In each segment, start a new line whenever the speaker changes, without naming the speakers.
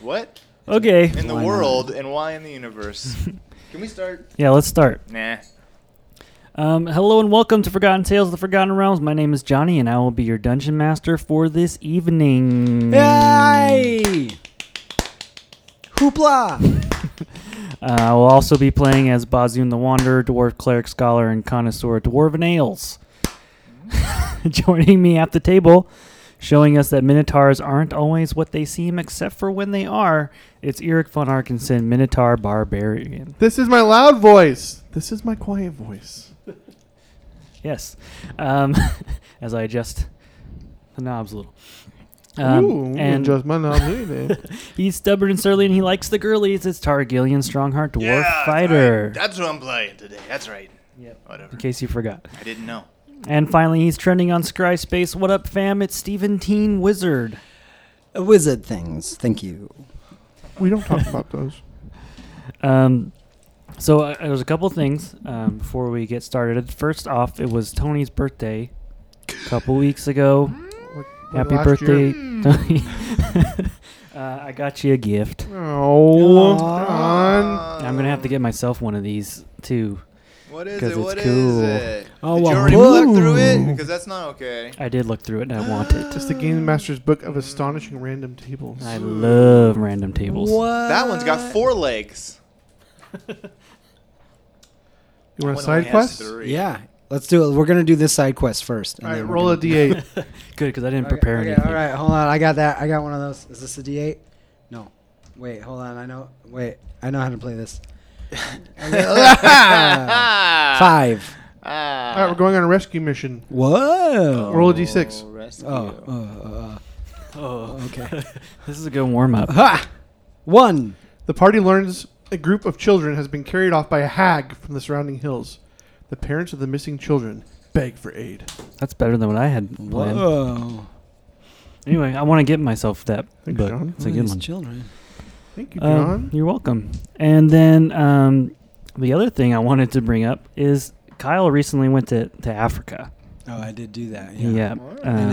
What
Okay.
in the
Why not?
world and why in the universe? Can we start?
Yeah, let's start.
Nah.
Um, hello and welcome to Forgotten Tales of the Forgotten Realms. My name is Johnny, and I will be your dungeon master for this evening.
Yay! Hoopla!
Uh, I will also be playing as Bazoon the Wanderer, Dwarf Cleric Scholar, and Connoisseur of Dwarven Ales. Joining me at the table, showing us that Minotaurs aren't always what they seem, except for when they are, it's Eric von Arkenson, Minotaur Barbarian.
This is my loud voice. This is my quiet voice.
Yes. Um, as I adjust the knobs a little. Um,
Ooh,
and
just my loud voice.
he's stubborn and surly, and he likes the girlies. It's Targillian Strongheart Dwarf
Yeah,
Fighter.
right. That's what I'm playing today. That's right.
Yep.
Whatever.
In case you forgot.
I didn't know.
And finally, he's trending on Skyspace. What up, fam? It's Steven Teen Wizard.
Wizard things, thank you.
we don't talk about those.
Um, so uh, there's a couple things um, before we get started. First off, it was Tony's birthday a couple weeks ago.
Like,
Happy
like last
birthday,
year.
Tony. uh, I got you a gift.
Oh,
Aw.
John.
Uh,
I'm gonna have to get myself one of these too.
What is
'cause
it?
it's
What is
cool.
it?
Oh,
Did
well,
you already
boo.
look through it? Because that's not okay.
I did look through it and I want it.
It's the Game Master's Book of Astonishing Random Tables.
I love random tables.
What?
That one's got four legs.
You want a
One only
side
has
quest? All
three.
Yeah, let's do it. We're gonna do this side quest first. and
right,
then we're
roll a
gonna-
d8.
Good, because I didn't
Okay,
prepare
okay,
anything.
All right, hold on. I got that. I got one of those. Is this a D8? No. Wait, hold on. I know. Wait, I know how to play this. Five.
Ah.
All right, we're going on a rescue mission.
Whoa.
Roll a d6.
Rescue.
Oh. uh, uh,
Oh,
okay.
this is a good warm up.
ha! One.
The party learns a group of children has been carried off by a hag from the surrounding hills. The parents of the missing children beg for aid.
That's better than what I had planned.
Whoa.
Anyway, I want to get myself that
Thanks,
book.
John.
It's a good
These
one.
Children.
Thank you,
Um,
John.
you're welcome. And then um, the other thing I wanted to bring up is Kyle recently went to, to Africa.
Oh, I did do that. Yeah.
Yeah.
And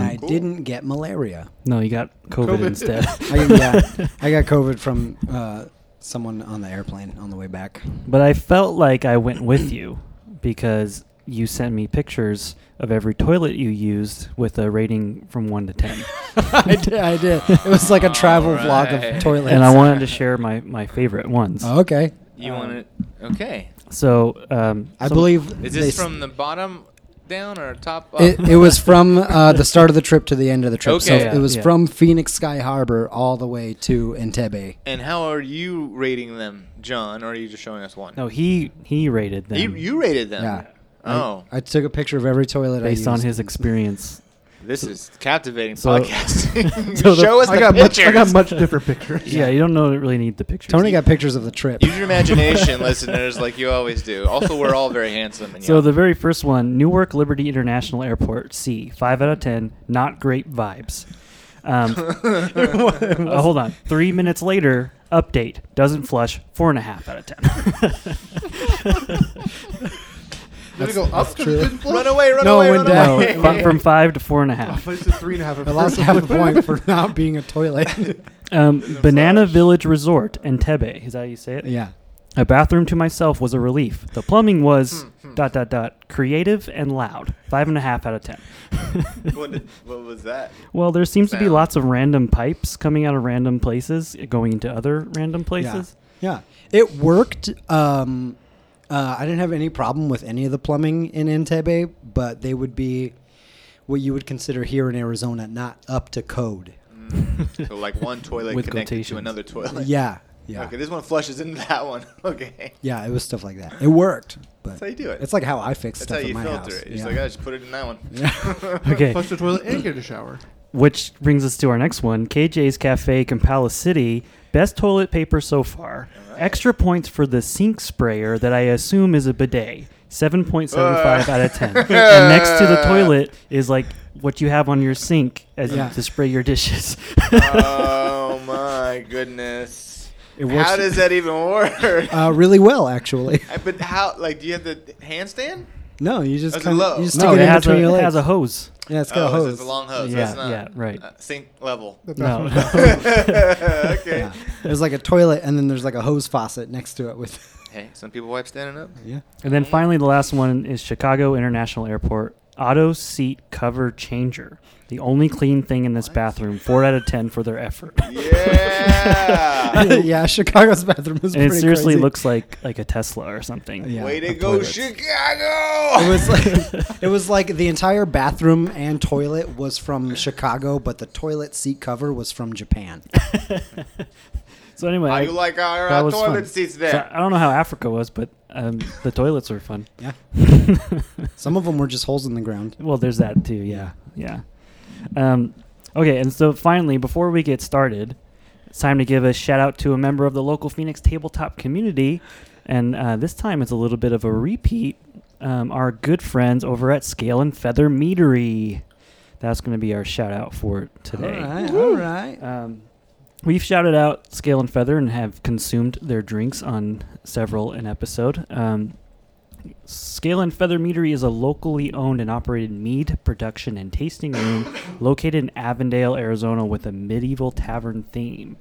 um,
I
Cool.
didn't get malaria.
no, you got COVID,
COVID.
instead.
I, yeah, I got COVID from uh, someone on the airplane on the way back.
But I felt like I went with you because you sent me pictures of every toilet you used with a rating from 1 to 10.
oh.
I did. I did. It was like a travel vlog
Alright.
of toilets.
and I wanted to share my, my favorite ones.
Oh, okay.
You want it? Okay.
So, um,
I
some-
believe
Is
they
this
s-
from the bottom down or top up?
It, it was from uh, the start of the trip to the end of the trip. so
Okay.
it was
Yeah.
from Phoenix Sky Harbor all the way to Entebbe.
and how are you rating them, John? Or are you just showing us one?
No, he he rated them
You, you rated them.
Yeah.
Oh,
I took a picture of every toilet I
based on
used.
his experience.
this is captivating
So-
podcasting.
So the-
Show us
I
the
got much,
pictures.
I got much different pictures.
yeah, you don't know really need the pictures.
Tony got pictures of the trip.
Use your imagination, listeners, like you always do. Also, we're all very handsome. And
So
young.
the very first one, Newark Liberty International Airport, C, five out of ten, not great vibes. Um, uh, hold on. Three minutes later, update doesn't flush. Four and a half out of ten.
Did it go up? 'cause it
true.
didn't flush?
run away, run
No,
away,
when
run
down.
no,
away.
fi- from five to four and a
Oh,
half.
but it's a three and a half.
I lost half a point for not being a toilet.
Um, Banana
flush.
Village Resort, Entebbe. Is that how you say it?
yeah.
A bathroom to myself was a relief. The plumbing was dot dot dot creative and loud. Five and a half out of ten.
what, did- what was that?
Well, there seems to be
Sound.
lots of random pipes coming out of random places, going into other random places.
Yeah. yeah. It worked. Um, uh, I didn't have any problem with any of the plumbing in Entebbe, but they would be what you would consider here in Arizona not up to code.
Mm. So like one toilet
With
connected to
quotations.
another toilet.
Yeah. Yeah.
Okay, this one flushes into that one. Okay.
Yeah, it was stuff like that. It worked. But
That's how you do it.
It's like how I fix
That's
stuff
how
in
you
my
filter
house.
it. You're just
Yeah.
like, I just put it in that one.
Okay,
Flush the toilet and get a shower.
which brings us to our next one: KJ's Cafe, Kampala City. Best toilet paper so far. Extra points for the sink sprayer that I assume is a bidet. Seven point seven five
Uh.
out of ten. and next to the toilet is like what you have on your sink as
Yeah.
you, to spray your dishes.
oh my goodness.
It works-
How does that even work?
uh, really well, actually.
"Oh, I- but how? Like, do you have the handstand?
No, you just
That's
kind
low.
of you stick
no,
it
it
in
has,
between your
a, it
legs.
has a hose.
yeah, it's got a
oh,
hose.
It's a long hose.
Yeah,
That's not
yeah, right.
Uh, sink level.
The
No,
bathroom-
no.
okay.
Yeah. There's like a toilet, and then there's like a hose faucet next to it with.
Hey, some people wipe standing up.
Yeah.
And then finally, the last one is Chicago International Airport auto seat cover changer. The only clean thing in this bathroom. Four out of ten for their effort.
Yeah.
yeah, Chicago's bathroom is
and
pretty
it seriously
crazy.
looks like like a Tesla or something.
Yeah,
Way to
the
go,
toilets.
Chicago.
It was like it was like the entire bathroom and toilet was from Chicago, but the toilet seat cover was from Japan.
So anyway,
How
I-
you like our
that
uh,
was
toilet
fun.
seats
so
there?
I don't know how Africa was, but um, the toilets were fun.
Yeah. Some of them were just holes in the ground.
Well, there's that too. Yeah, yeah. Um, okay, and so finally, before we get started, it's time to give a shout out to a member of the local Phoenix tabletop community, and uh, this time it's a little bit of a repeat. Um, our good friends over at Scale and Feather Meadery. That's going to be our shout out for today.
All right, all right.
Um, we've shouted out Scale and Feather and have consumed their drinks on several an episode. Um, Scale and Feather Meadery is a locally owned and operated mead production and tasting room located in Avondale, Arizona, with a medieval tavern theme.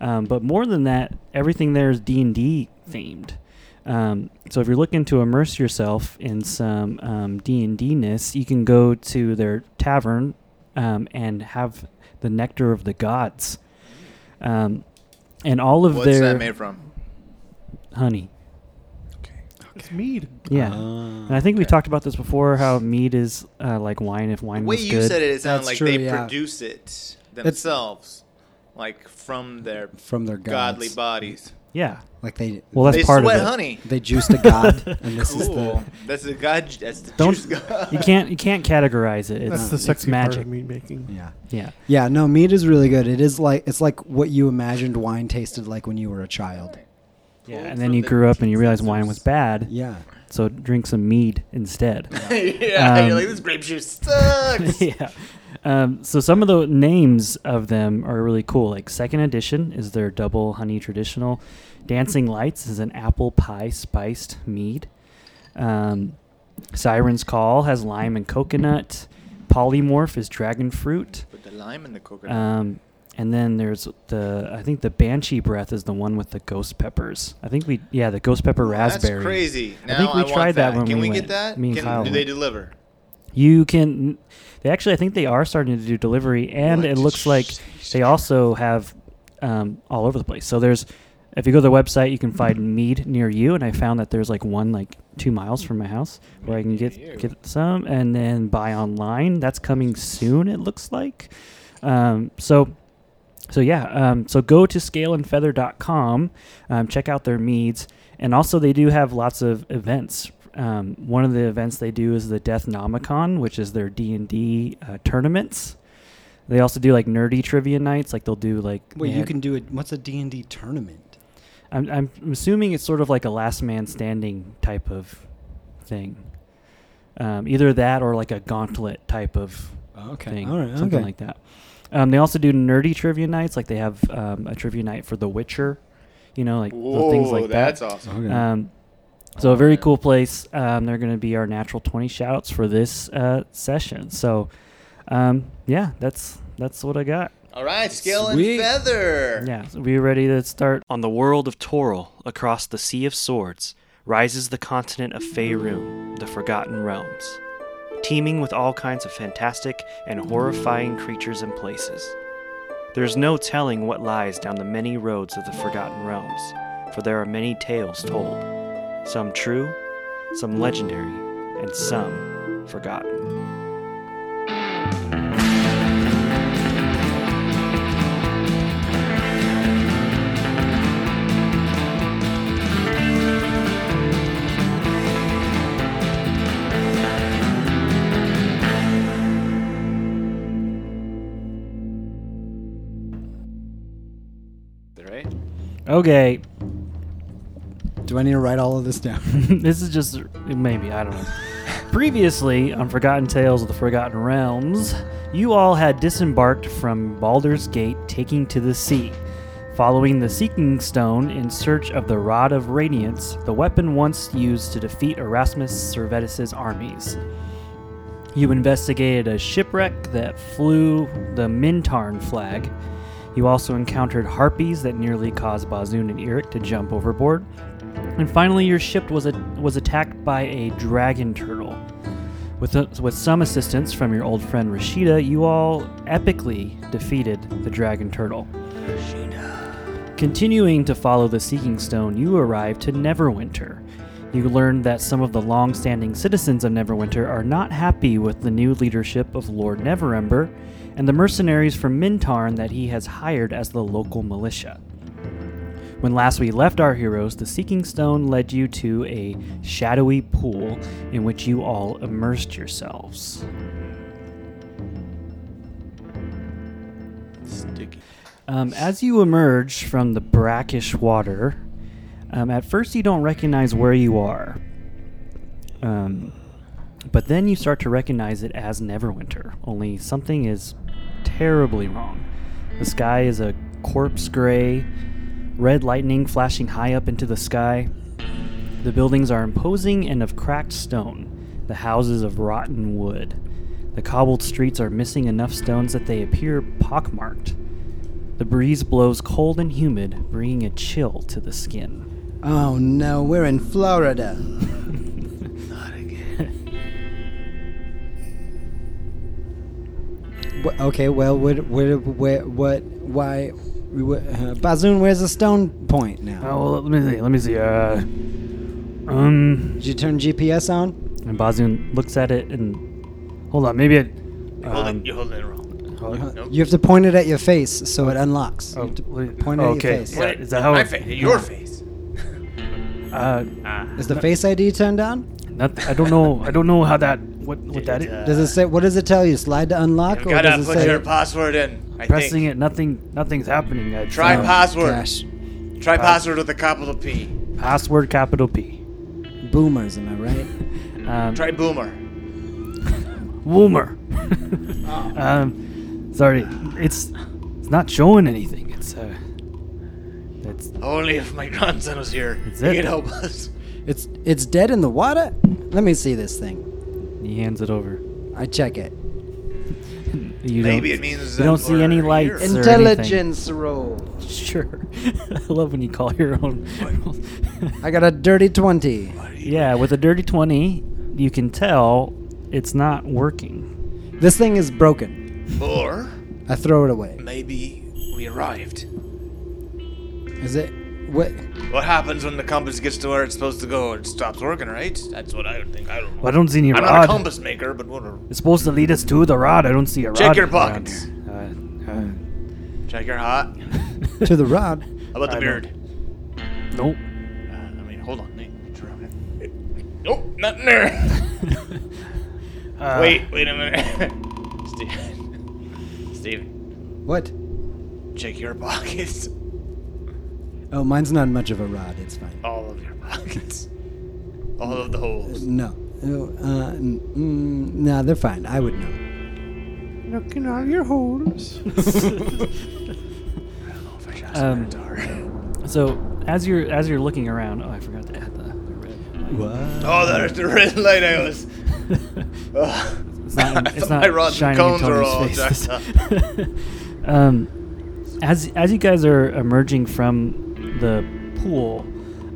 Um, but more than that, everything there is D and D themed. Um, so if you're looking to immerse yourself in some um, D and D ness, you can go to their tavern um, and have the nectar of the gods, um, and all of
What's
their
that made from?
honey.
It's mead.
Yeah,
Ah,
and
Ah.
I think we talked about this before. How mead is uh, like wine if
The
wine
way
was
you
good.
said it, it sounded
That's
like
true,
they
yeah.
produce it themselves, like from their
From their gods.
godly bodies.
Yeah.
like they
Well, that's
they
part
sweat
of it.
honey.
they juiced a god, and this is
Cool.
the
That's the god. That's the
Don't-
juice god.
You can't you can't categorize it. It's,
That's the
it's
sexy part
magic.
of mead making.
yeah.
Yeah.
Yeah, no, mead is really good. It is like it's like what you imagined wine tasted like when you were a child.
Yeah,
Pulled
and then
from
you
the
grew up and you realized wine was bad,
Yeah,
so drink some mead instead.
yeah,
Um,
you're like this grape juice sucks.
yeah. Um, so some of the names of them are really cool. Like Second Edition is their double honey traditional. Dancing Lights is an apple pie spiced mead. Um, Siren's Call has lime and coconut. Polymorph is dragon fruit.
Put the lime in the coconut.
Um, and then there's the I think the Banshee breath is the one with the ghost peppers. I think we yeah the ghost pepper raspberry.
That's crazy.
I
Now
think we
want
tried that when
Can
we
we,
went.
get that?
Me and
Can,
Kyle
do
went.
they deliver?
You can. They actually, I think they are starting to do delivery, and
What?
it looks like they also have um, all over the place. So there's, if you go to their website, you can find mead near you, and I found that there's like one like two miles from my house where I can
Mead near
get
you.
get some, and then buy online. That's coming soon. It looks like. Um, so so yeah, um, so go to scaleandfeather.com, um, check out their meads, and also they do have lots of events. Um, one of the events they do is the Death Nomicon, which is their D and D uh, tournaments. They also do like nerdy trivia nights, like they'll do like.
well,
they
you
had-
can do it. What's a D and D tournament?
I'm, I'm assuming it's sort of like a last man standing type of thing. Um, either that or like a gauntlet type of
Okay,
thing,
all right,
something
okay.
like that. Um, they also do nerdy trivia nights, like they have um, a trivia night for The Witcher, you know, like little things like
that's
that.
awesome.
Um, so a very
man.
cool place. Um, they're going to be our natural twenty shoutouts for this uh, session. So, um, yeah, that's that's what I got.
All right, scale and
Sweet.
feather.
Yeah, so we ready to start.
On the world of Toril, across the Sea of Swords, rises the continent of Faerun, the Forgotten Realms, teeming with all kinds of fantastic and horrifying creatures and places. There's no telling what lies down the many roads of the Forgotten Realms, for there are many tales told, some true, some legendary, and some forgotten.
Right?
Okay,
Do I need to write all of this down?
this is just maybe I don't know. Previously on Forgotten Tales of the Forgotten Realms, you all had disembarked from Baldur's Gate, taking to the sea, following the Seeking Stone in search of the Rod of Radiance, the weapon once used to defeat Erasmus Servetus's armies. You investigated a shipwreck that flew the Mintarn flag. You also encountered harpies that nearly caused Bazoon and Eric to jump overboard. And finally, your ship was, a, was attacked by a dragon turtle. With, uh, with some assistance from your old friend Rashida, you all epically defeated the dragon turtle. Continuing to follow the Seeking Stone, you arrive to Neverwinter. You learn that some of the long standing citizens of Neverwinter are not happy with the new leadership of Lord Neverember and the mercenaries from Mintarn that he has hired as the local militia. When last we left our heroes, the Seeking Stone led you to a shadowy pool in which you all immersed yourselves.
Sticky.
Um, as you emerge from the brackish water, um, at first you don't recognize where you are. Um, but then you start to recognize it as Neverwinter, only something is terribly wrong. The sky is a corpse gray, red lightning flashing high up into the sky. The buildings are imposing and of cracked stone, the houses of rotten wood. The cobbled streets are missing enough stones that they appear pockmarked. The breeze blows cold and humid, bringing a chill to the skin.
Oh no, we're in Florida. Wh- okay, well, what, what, what, what why, we wa- uh, Bazoon, where's the stone point now?
Oh, well, let me see. Let me see. Uh, um,
Did you turn GPS on?
and Bazoon looks at it and hold on. Maybe it. Um,
You hold it wrong.
hold on.
You have to point it at your face so it unlocks.
Oh,
You have to
wait,
point it at your
okay.
face.
Is that- is that how?
My
it-
face, your face.
Uh,
Is the face ID turned on?
not, I don't know. I don't know how that. What what that is.
uh,
Does it say, what does it tell you? Slide to unlock? Or
Gotta
does it
put
say,
your password in. I
Pressing
think.
it, nothing. Nothing's happening. I
Try
uh,
password.
gosh,
Try password with a capital P.
password capital P.
boomers, am I right?
Um,
Try boomer.
Woomer. um, sorry, it's it's not showing anything. It's uh, that's
Only if my grandson was here,
That's
he
it.
could help us.
It's it's dead in the water. Let me see this thing.
he hands it over.
I check it.
You
Maybe
don't-
it means
you don't see
that
any
we're
lights.
here.
Is there anything?
Intelligence roll.
Sure. I love when you call your own.
I got a dirty twenty.
yeah, with a dirty twenty, you can tell it's not working.
This thing is broken.
Or
I throw it away.
maybe we arrived.
Is it? What?
What happens when the compass gets to where it's supposed to go? It stops working, right? That's what I would think. I don't know.
Well, I don't see any
I'm not a
rod.
compass maker, but whatever.
it's supposed to lead us to the rod. I don't see a
Check
rod
your
around
pockets.
here. Uh, uh,
Check your hot. How
To the rod.
about the
I don't-
beard?
nope.
Uh, I mean, hold on. Nate. Nope, nothing there.
Uh,
wait, wait a minute. Steven. Steven,
What?
check your pockets.
Oh, mine's not much of a rod. It's fine.
All of your pockets. All of the holes.
No. Oh, Uh, n- mm, nah, they're fine. I would know.
Looking out your holes.
Um, So as you're as you're looking around, oh, I forgot to add the, the red.
What?
Oh, there's the red light I was. Ugh.
It's not,
That's
it's
why
not
rods and
shining in
cones are all
Tony's face.
jacked
um, as as you guys are emerging from the pool,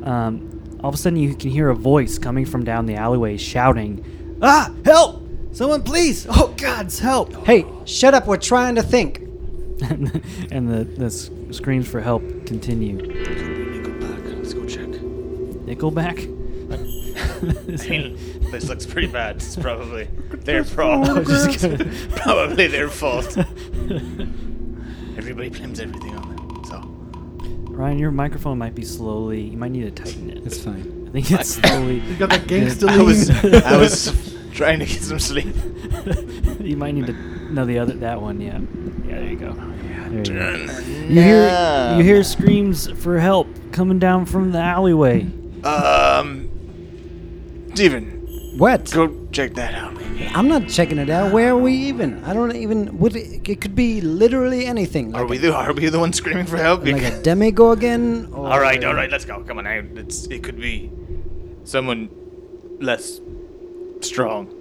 um, all of a sudden you can hear a voice coming from down the alleyway shouting, "Ah, help! Someone, please! Oh, God's help!"
Hey, shut up. We're trying to think.
and the, the s- screams for help continue.
Let's go check.
Nickelback.
I mean, this looks pretty bad. It's probably their problem. probably their fault. Everybody blames everything on them. So,
Ryan, your microphone might be slowly. You might need to tighten it.
It's fine.
I think it's slowly.
You got that gangsta
I was,
lean.
I was trying to get some sleep.
you might need to know the other that one. Yeah, yeah. There you go. There you, go.
You
You hear you hear screams for help coming down from the alleyway.
Um, Steven,
What?
go check that out. Maybe.
I'm not checking it out. Where are we even? I don't even. Would it, it could be literally anything. Like
Are we the Are we the one screaming for help?
like a demigorgon or
all right, all right, let's go. Come on, I, it's it could be someone less strong.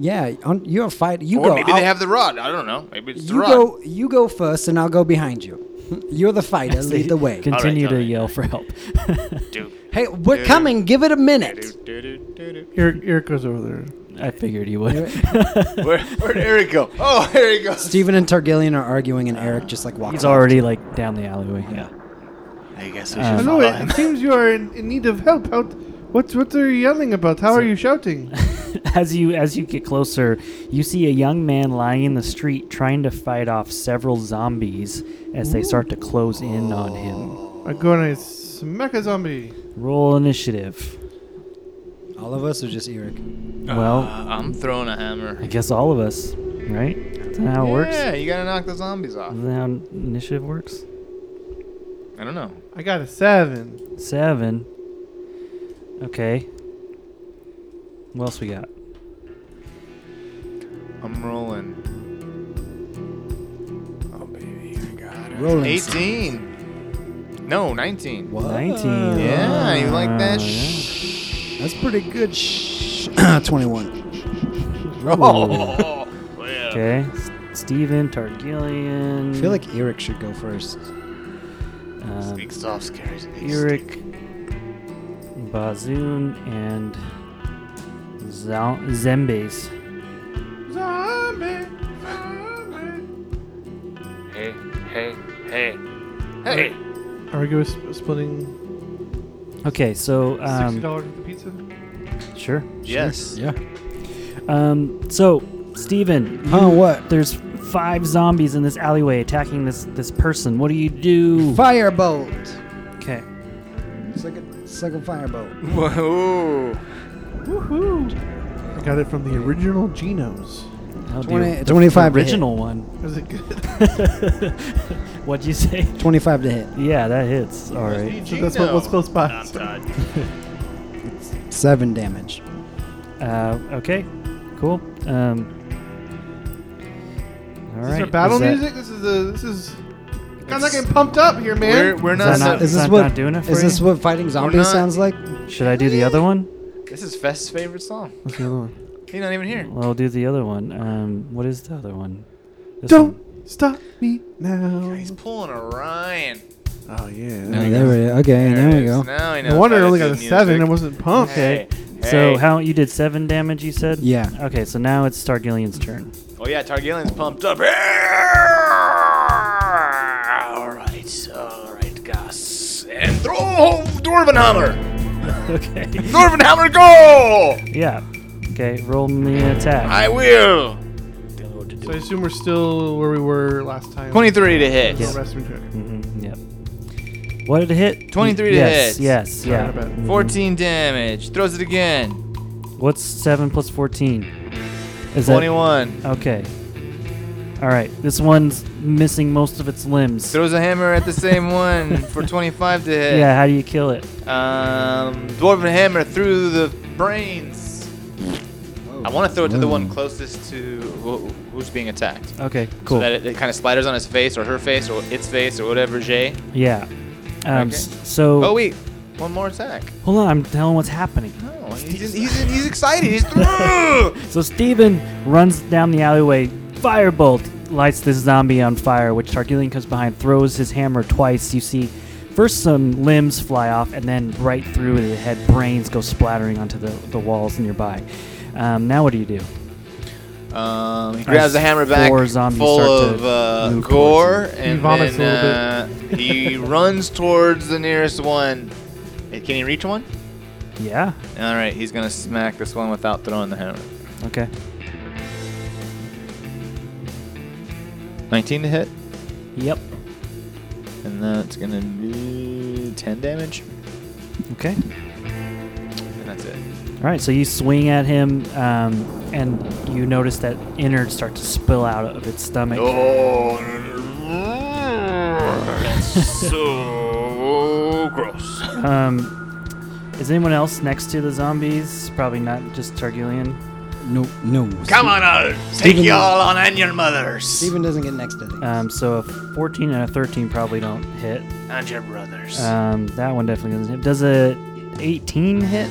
Yeah, on, you're fight. You
or
go.
maybe
I'll-
they have the rod. I don't know. Maybe it's the
you
rod.
go. You go first, and I'll go behind you. You're the fighter. lead the way.
Continue to
Alright,
yell for help.
Dude.
Hey, we're coming. Give it a minute.
Dude, dude, dude, dude.
Eric, Eric goes over there.
I figured you would.
Where, where'd Eric go? Oh, here he goes.
Steven and Targillian are arguing, and Eric just like walks.
He's
off.
already like down the alleyway. Yeah.
I guess we should
Um,
I
follow
know it,
him.
it seems you are in, in need of help. How, what what are you yelling about? How are you shouting?
As you as you get closer, you see a young man lying in the street trying to fight off several zombies as they start to close in on him.
I'm going to smack a zombie.
Roll initiative.
All of us are just Eric.
Well,
Uh, I'm throwing a hammer.
I guess all of us, right? Is that how it works?
Yeah, you gotta knock the zombies off.
Is that how initiative works?
I don't know.
I got a seven.
Seven. Okay. What else we got?
I'm rolling. Oh baby, I got it.
Rolling
18. No, 19.
What?
Nineteen.
Yeah, you like that?
Oh, yeah.
That's pretty good. Shh. Twenty-one.
Oh, yeah.
Okay. S- Steven Targillian.
I feel like Eric should go first.
um,
Sneak soft, scary sneak.
Eric, Bazoon, and Zao- Zembes.
Zombie. zombie.
Hey, hey, hey. Hey!
Are we going sp- splitting
Okay, so
sixty
um,
dollars of pizza?
sure.
Yes.
Yeah.
Um, so Steven,
Huh? What?
there's five zombies in this alleyway attacking this this person. What do you do?
Firebolt.
Okay.
It's like a, it's like a firebolt.
Whoa.
I got it from the original Genos.
that'll do.
20, 25 to hit.
original one.
Is it good?
What'd you say?
Twenty-five to hit.
Yeah, that hits. All right.
So that's what, what's close by.
I'm Todd.
Seven damage.
Uh, okay. Cool. Um. All
Is this
right.
our battle
Is that-
music? This is a this is. I'm not getting pumped up here, man.
We're, we're
Is
not.
that not-
so-
Is this
not-
what?
not doing it for
is this
you?
what fighting zombies
not-
sounds like?
Should I do the other one?
this is Fest's favorite song.
What's the other one?
He's not even here.
Well, I'll do the other one. Um, what is the other one? This
Don't
one.
stop me now.
He's pulling a Ryan.
Oh yeah.
Oh, there we go. Okay, there, we
it
go.
is. Now he knows
No wonder
how to
I only
do
got a
music.
seven and wasn't pumped.
Hey,
So
hey.
how you did seven damage? You said.
Yeah.
Okay, so now it's Targillian's turn.
Oh yeah, Targaryen's pumped up. All right, all right, Gus, and throw Dwarvenhammer.
okay.
Dwarvenhammer, go!
Yeah. Okay. Roll me an attack.
I will.
So I assume we're still where we were last time.
Twenty-three to hit.
No rest and check.
Mm-hmm, yep. What did it hit?
23 to
yes,
hit.
Yes.
Sorry
Yeah.
about that.
Fourteen damage. Throws it again.
What's seven plus fourteen? Is that-
Twenty-one.
okay. All right. This one's missing most of its limbs.
Throws a hammer at the same one for twenty-five to hit.
Yeah. How do you kill it?
Um, dwarven hammer through the brains. I want to throw it to the one
Mm.
closest to who, who's being attacked.
Okay. Cool.
So that it, it kind of splatters on his face or her face or its face or whatever, Jay.
yeah. Um,
Okay.
s- So.
Oh, wait. One more attack.
Hold on. I'm telling what's happening.
No, he's, in, he's, in, he's excited. He's through.
So Steven runs down the alleyway, firebolt lights this zombie on fire, which Targillian comes behind, throws his hammer twice. You see first some limbs fly off, and then right through the head, brains go splattering onto the, the walls nearby. Um, now what do you do?
Um, he grabs
As
the hammer back,
four zombies
full
start
of
to
uh,
move
gore,
towards
and
vomits
then uh, he runs towards the nearest one. Eh, Can he reach one?
Yeah.
All right, he's gonna smack this one without throwing the hammer.
Okay.
19 to hit,
Yep.
and that's gonna be 10 damage,
Okay.
and that's it.
All right. So you swing at him, um, and you notice that innards start to spill out of its stomach.
Oh, that's so gross.
Um, is anyone else next to the zombies? Probably not just Targillian.
No, no.
Come on, I'll take
Steven-
you all on and your mothers
Steven doesn't get next to things.
Um, so a 14 and a 13 probably don't hit. Uh,
and your brothers.
Um, that one definitely doesn't hit. Does a 18 hit?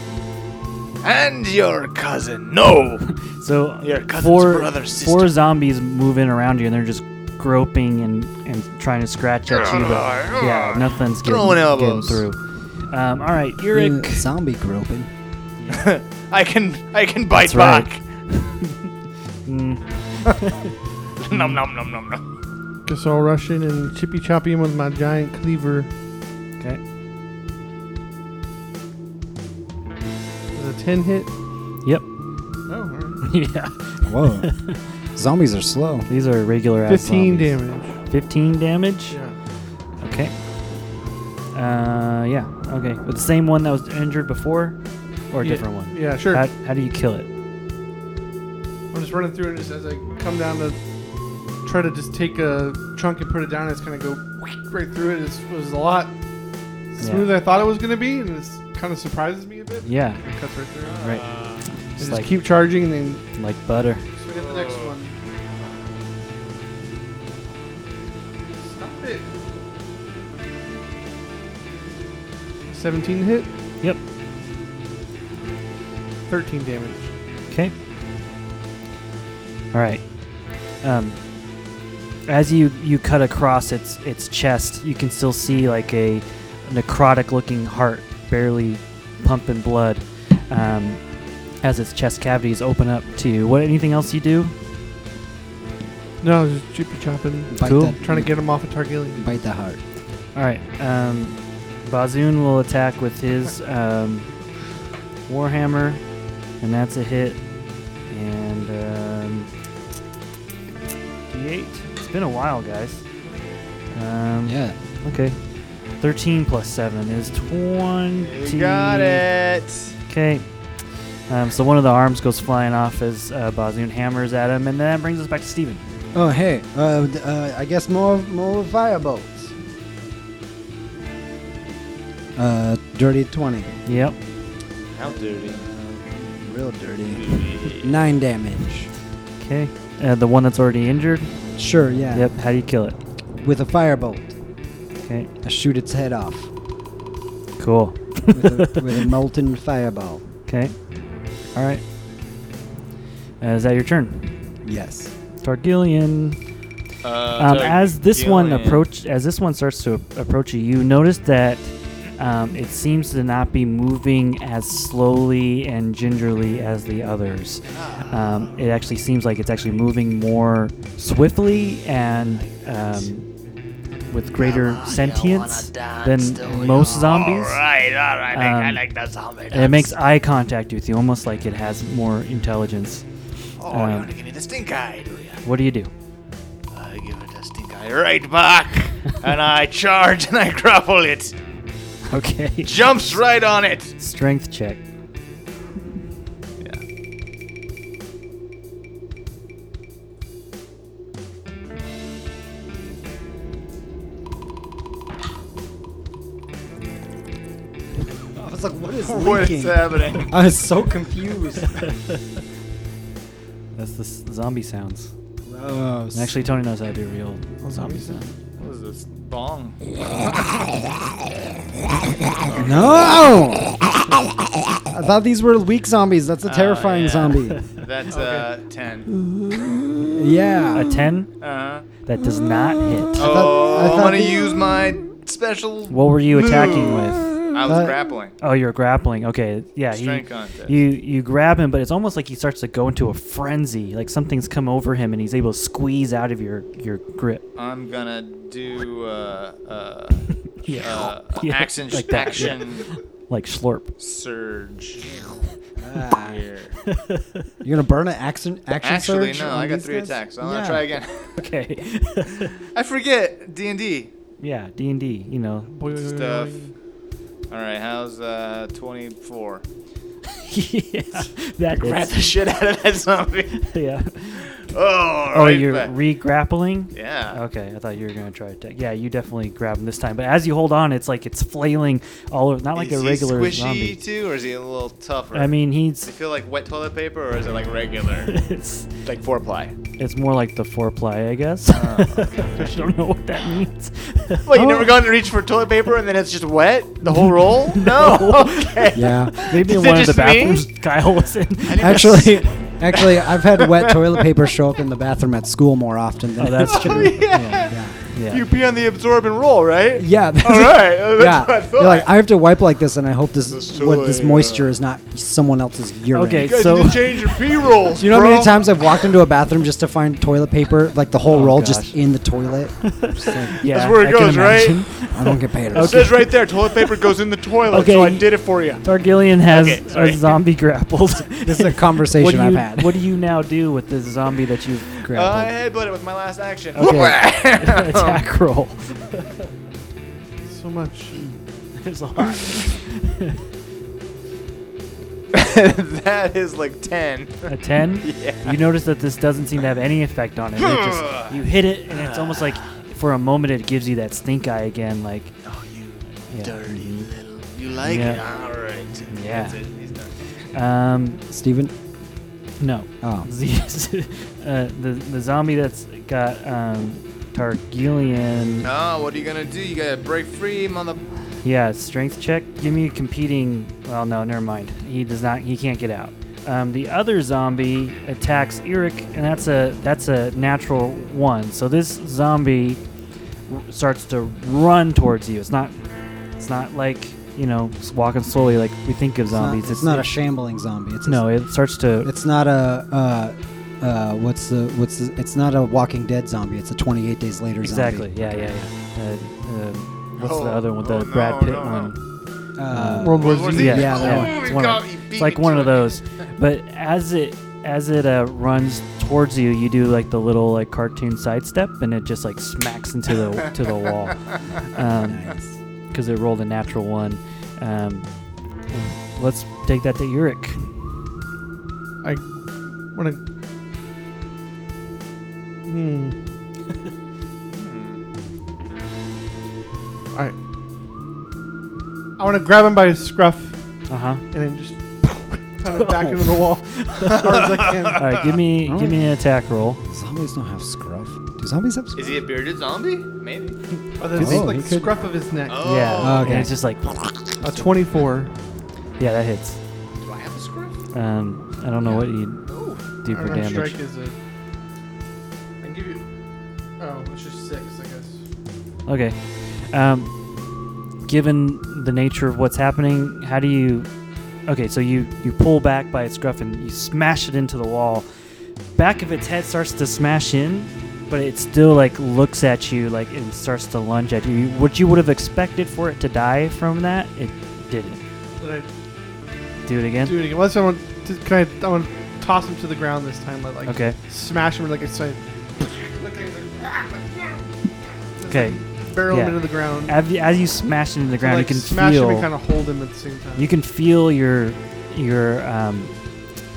And your cousin. No.
So
Your cousin's
four
brother,
four
sister.
zombies move in around you, and they're just groping and, and trying to scratch at you. But yeah, nothing's getting,
Throwing
getting
elbows.
through. Um, all right, Eric.
Mm, zombie groping.
I can I can bite
That's right.
back.
Mm,
nom nom nom nom nom.
Guess I'll rush in and chippy choppy him with my giant cleaver.
okay.
Does a 10 hit?
Yep.
Oh, all right.
yeah.
Whoa. Zombies are slow.
These are regular.
15
damage.
damage.
Fifteen damage.
Yeah.
Okay. Uh, yeah. Okay. With the same one that was injured before, or a
Yeah,
different one.
Yeah, sure.
How, how do you kill it?
I'm just running through, and just as I come down to try to just take a chunk and put it down, it's kind of go right through it. It's, it was a lot smoother than I thought it was going to be, and it's kind of surprises me a bit.
Yeah.
It cuts right through.
Right.
And
Just
just
like
keep charging, and then
like butter.
swing at the next one. Stop it. 17 hit,
Yep.
13 damage.
Okay. All right. Um, as you you cut across its its chest, you can still see like a necrotic looking heart barely pumping blood um, as its chest cavities open up to you. What anything else you do?
No, just chippy chopping.
Bite
Cool.
that,
Trying to get him off a Targaryen.
bite the heart.
All right. Um, Bazoon will attack with his um, warhammer, and that's a hit. And um, d8. It's been a while, guys. Um,
Yeah.
Okay. 13 plus 7 is 20.
You got it.
Okay. Um, so one of the arms goes flying off as uh, Bazoon hammers at him, and that brings us back to Steven.
Oh hey, uh, d- uh, I guess more more firebolts. Uh, dirty twenty,
Yep.
How dirty.
real dirty. Nine damage.
Okay. Uh, the one that's already injured.
Sure, yeah.
Yep. How do you kill it?
With a firebolt,
Okay.
I shoot its head off
Cool.
with a, with a molten fireball.
Okay. All right. Uh, is that your turn,
Yes.
Targillian?
Uh,
Um,
Doug
as this one
Gillian.
approach, as this one starts to approach you, you notice that um, it seems to not be moving as slowly and gingerly as the others. Um, it actually seems like it's actually moving more swiftly and um, with greater sentience than most zombies. I Um, like
that zombie.
And it makes eye contact with you, almost like it has more intelligence.
Oh,
um,
you want to give me the stink eye, do ya?
What do you do?
I give it a stink eye right back, and I charge and I grapple it.
Okay.
jumps right on it.
Strength check.
I was like, what is
What is happening?
I was so confused.
That's the s- zombie sounds.
Gross.
And actually, Tony knows how to do real zombie sounds.
What is this bong?
Oh.
no. I thought these were weak zombies. That's a
Oh,
terrifying
yeah.
zombie.
That's uh ten.
Yeah.
A 10?
Uh-huh.
That does not hit.
Oh,
I
I
thought
am gonna
the-
use my special.
What were you attacking
move.
with?
I was
That-
grappling.
Oh, you're grappling. Okay, yeah. he-
Strength contest.
you you grab him, but it's almost like he starts to go into a frenzy. Like something's come over him, and he's able to squeeze out of your your grip.
I'm gonna do uh, uh,
Yeah,
uh,
Yeah,
action
like that, yeah.
action
like slurp.
surge.
Ah.
Here.
You're gonna burn an action action
Actually,
surge
no,
on
I got
these
three
guys?
attacks. So I'm
Yeah.
gonna try again.
Okay.
I forget D and D
yeah, D and D. You know,
stuff. All right, how's uh 24?
yeah, that
Rat
hits.
the shit out of that zombie.
Yeah.
Oh,
Oh,
right
you're
back.
re grappling.
yeah.
Okay, I thought you were gonna try to. Yeah, you definitely grab him this time. But as you hold on, it's like it's flailing all over. Not like
is
a regular
he squishy
zombie.
too, or is he a little tougher?
I mean,
does
he's
it feel like wet toilet paper, or is it like regular,
it's
like four ply?
It's more like the foreplay, I guess. I don't know what that means. Oh,
What, Oh, you never gone to reach for toilet paper and then it's just wet the whole roll? No. Okay.
Yeah.
Maybe in
Is it
one of the
just me?
bathrooms Kyle was in.
Actually, actually, I've had wet toilet paper show up in the bathroom at school more often than
Oh, that's true.
yeah.
Yeah.
You pee on the absorb and roll, right?
Yeah. that's-
All right. uh, That's
yeah.
what I thought.
You're like, "Ah, I have to wipe like this, and I hope this,
This
what this
toy, uh,
moisture is not someone else's urine.
Okay,
you guys
so
need to change your pee rolls.
Do you know
bro.
how many times I've walked into a bathroom just to find toilet paper, like the whole
Oh,
roll
gosh.
just in the toilet? Just like,
yeah,
That's where it
I can
goes, right?
imagine. I don't get paid.
It says right there, toilet paper goes in the toilet,
Okay.
so I did it for you.
Targillian has
Okay,
a
sorry.
zombie grappled.
This is a conversation
what do you,
I've had.
What do you now do with this zombie that you've
Uh, I
grappled?
headbutt it with my last action.
Okay.
Attack roll.
So much.
There's a lot.
that is like 10.
A ten. You notice that this doesn't seem to have any effect on it. It just you hit it, and it's almost like for a moment it gives you that stink eye again. Like
Oh, you
Yeah.
dirty little. You like
Yeah.
it? All right.
Yeah.
That's it. He's done.
um
Steven?
no.
Oh.
The, uh, the the zombie that's got um Targillian.
Oh, what are you gonna do? You gotta break free, mother.
Yeah, strength check. Give me a competing. Well, no, never mind. He does not. He can't get out. Um, the other zombie attacks Eric, and that's a that's a natural one. So this zombie r- starts to run towards you. It's not. It's not like you know s- walking slowly like we think of zombies.
It's not, it's not a shambling zombie. It's
no. It starts to.
It's not a uh, uh, what's the what's the, it's not a Walking Dead zombie. It's a 28 Days Later
exactly.
zombie.
Yeah. Yeah. Yeah. Uh, uh, what's
Oh,
the other one? The
oh,
Brad
no,
Pitt
no, no.
one. Uh,
Exactly. Uh,
World War Z.
Yeah,
Yeah,
that
that
one.
one.
It's,
my
one
God,
of,
you beat
it's like
me
one
to
of
it.
those. But as it as it uh, runs towards you, you do like the little like cartoon sidestep, and it just like smacks into the to the wall because it rolled a natural one. Um, let's take that to Yurik.
I want to. Hmm. All right. I want to grab him by his scruff
Uh huh.
and then just kind of back
Oh.
into the wall as hard as I
All
can.
right, give me give me an attack roll.
zombies don't have scruff. Do zombies have scruff?
Is he a bearded zombie? Maybe.
Oh, that's
Oh,
like
he could-
scruff of his neck.
Oh.
Yeah.
Okay.
And it's just like
A 24.
yeah, that hits.
Do I have a script?
Um, I don't know what you
Ooh.
do for
Iron
damage.
Strike is a. I can give you. Oh, it's just six, I guess.
Okay. Um, given the nature of what's happening, how do you? Okay, so you you pull back by its scruff and you smash it into the wall. Back of its head starts to smash in, but it still like looks at you like and starts to lunge at you. What you would have expected for it to die from that, it didn't.
Did
Do it
I
again.
do it again? Unless I want to, can I, I want to toss him to the ground this time, like, like
Okay.
smash him like it's like
Okay.
barrel
Yeah.
him into the ground.
As you, as you smash it into the ground,
like,
you can
smash
feel
him and kind of hold him at the same time.
You can feel your your um,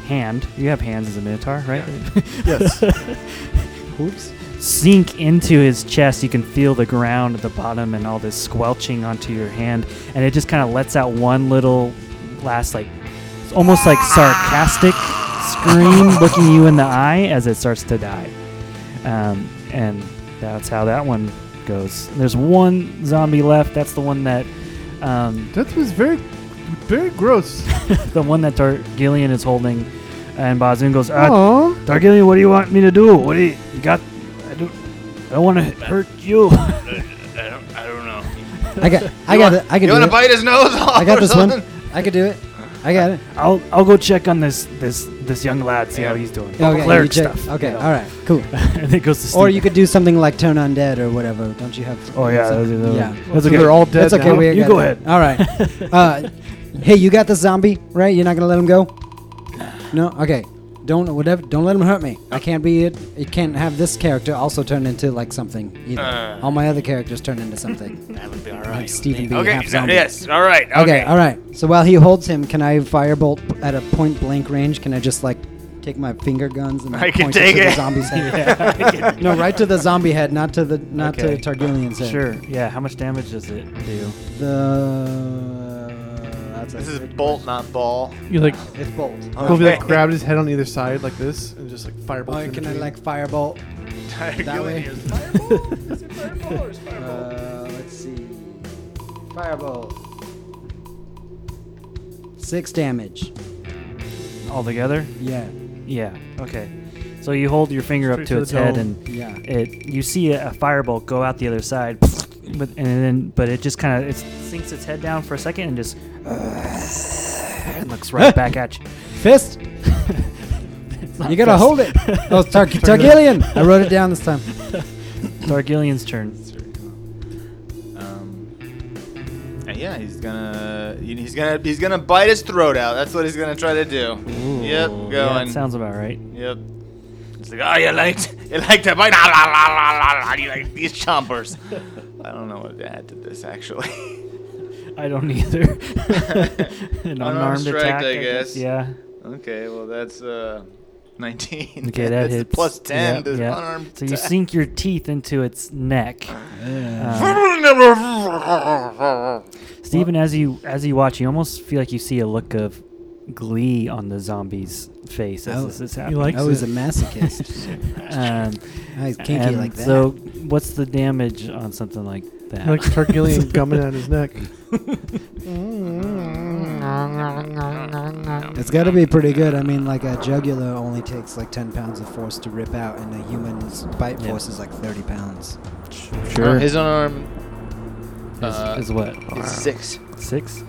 hand. You have hands as a minotaur, right?
Yes. Oops.
Sink into his chest. You can feel the ground at the bottom and all this squelching onto your hand, and it just kind of lets out one little last like it's almost like sarcastic scream, looking you in the eye as it starts to die. Um, and that's how that one goes. There's one zombie left. That's the one that. Um,
that was very, very gross.
the one that Targillian is holding, and Bazoon goes, uh,
Oh,
Targillian, what do you want me to do? What do you, you got? I don't, I don't want to hurt you.
I don't, I don't know.
I got. I got. it. I can
You
do
wanna
it.
bite his nose off?
I got
or
this
something?
one. I could do it. I got it.
I'll, I'll go check on this, this, this young lad, see how he's doing.
Okay. you
Cleric
check-
stuff.
Okay.
you know.
All right. Cool.
and it goes to sleep.
Or you could do something like turn undead or whatever. Don't you have?
Oh yeah, that's, that's,
yeah.
That's
So
okay.
they're all dead.
That's okay.
now.
We
You
got
go
it.
ahead.
All right. Uh, hey, you got the zombie, right? You're not gonna let him go. No. Okay. Don't whatever. Don't let him hurt me. I can't be it. You can't have this character also turn into like something. Either.
Uh.
All my other characters turn into something.
That would be all right.
like
with
Stephen
me.
B.
Okay.
half zombie.
Yes. All right. Okay.
Okay. All right. So while he holds him, can I firebolt p- at a point blank range? Can I just like take my finger guns and like,
I can
point it
take
to the
it.
zombie's head? no, right to the zombie head, not to the not
Okay.
to Targaryen's head.
Sure. Yeah. How much damage does it do?
The I that's a
This is
good
bolt, not ball.
You like
question. It's bolt.
he'll be like grabbed his head on either side like this and just like fireball.
Oh, can I like firebolt? That way. Uh, let's see. Firebolt. Six damage.
All together?
Yeah.
Yeah. Okay. So you hold your finger up
Straight
to
to
its
the
head,
dome.
and
Yeah.
it you see a, a firebolt go out the other side, but and then but it just kind of it sinks its head down for a second and just and looks right back at you.
Fist. You gotta hold it. Oh, it's Tar- Targaryen. I wrote it down this time.
Targillian's turn.
Um, and yeah, he's gonna he's gonna he's gonna bite his throat out. That's what he's gonna try to do. yep, going.
Yeah, that sounds about right.
yep. It's like, oh, you like you like to bite? La, la, la, la, la, la. You like these chompers? I don't know what to add to this actually.
I don't either. An
Unarmed
unarmed
strike,
attack,
I guess.
Yeah.
okay, well that's uh. 19.
Okay, that
That's
hits.
Plus 10.
Yep,
this
yep.
unarmed
So you
attack.
sink your teeth into its neck. Uh, Stephen, as you as you watch, you almost feel like you see a look of glee on the zombie's face as
Oh,
this is
he
happening.
likes
I was a masochist.
Um,
I was kinky
and
like that.
So, what's the damage on something like that?
like Targaryen gumming at his neck?
It's got to be pretty good. I mean, like a jugular only takes like 10 pounds of force to rip out, and a human's bite
Yeah.
force is like 30 pounds.
Uh,
sure.
his unarmed
is,
uh,
is what
is 6.
six?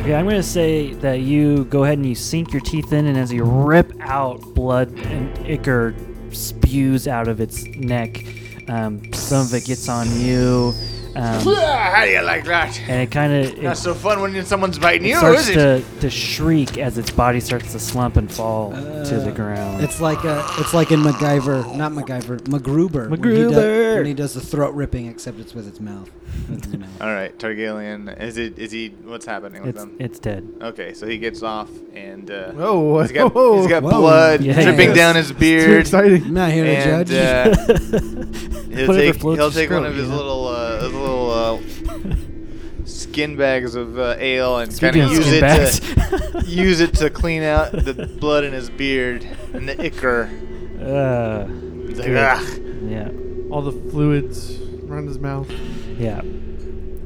Okay, I'm gonna say that you go ahead and you sink your teeth in, and as you rip out, blood and ichor spews out of its neck. Um, some of it gets on you, um,
How do you like that?
and it kind of
Not so fun when someone's biting you,
starts
is it?
to, to shriek as its body starts to slump and fall to the ground.
It's like a, it's like in MacGyver, not MacGyver, MacGruber. when he do-
MacGruber!
When he does the throat ripping, except it's with its mouth. With his mouth.
All right, Targaryen. Is it? Is he? What's happening with
it's,
him?
it's dead.
Okay, so he gets off, and uh,
Whoa,
he's got,
whoa,
he's got
whoa.
blood
Yeah,
dripping
yeah.
down his
It's too
beard.
exciting.
I'm not here to
And
judge.
uh, he'll
Whatever
take,
floats
he'll
your
take one
scrotum,
of his
you know?
little uh, his little uh, skin bags of uh, ale and kind
Speaking
of
of
use
skin
it to
bags.
use it to clean out the blood in his beard and the ichor.
Uh,
He's like,
good.
"Ugh."
yeah,
All the fluids around his mouth.
yeah.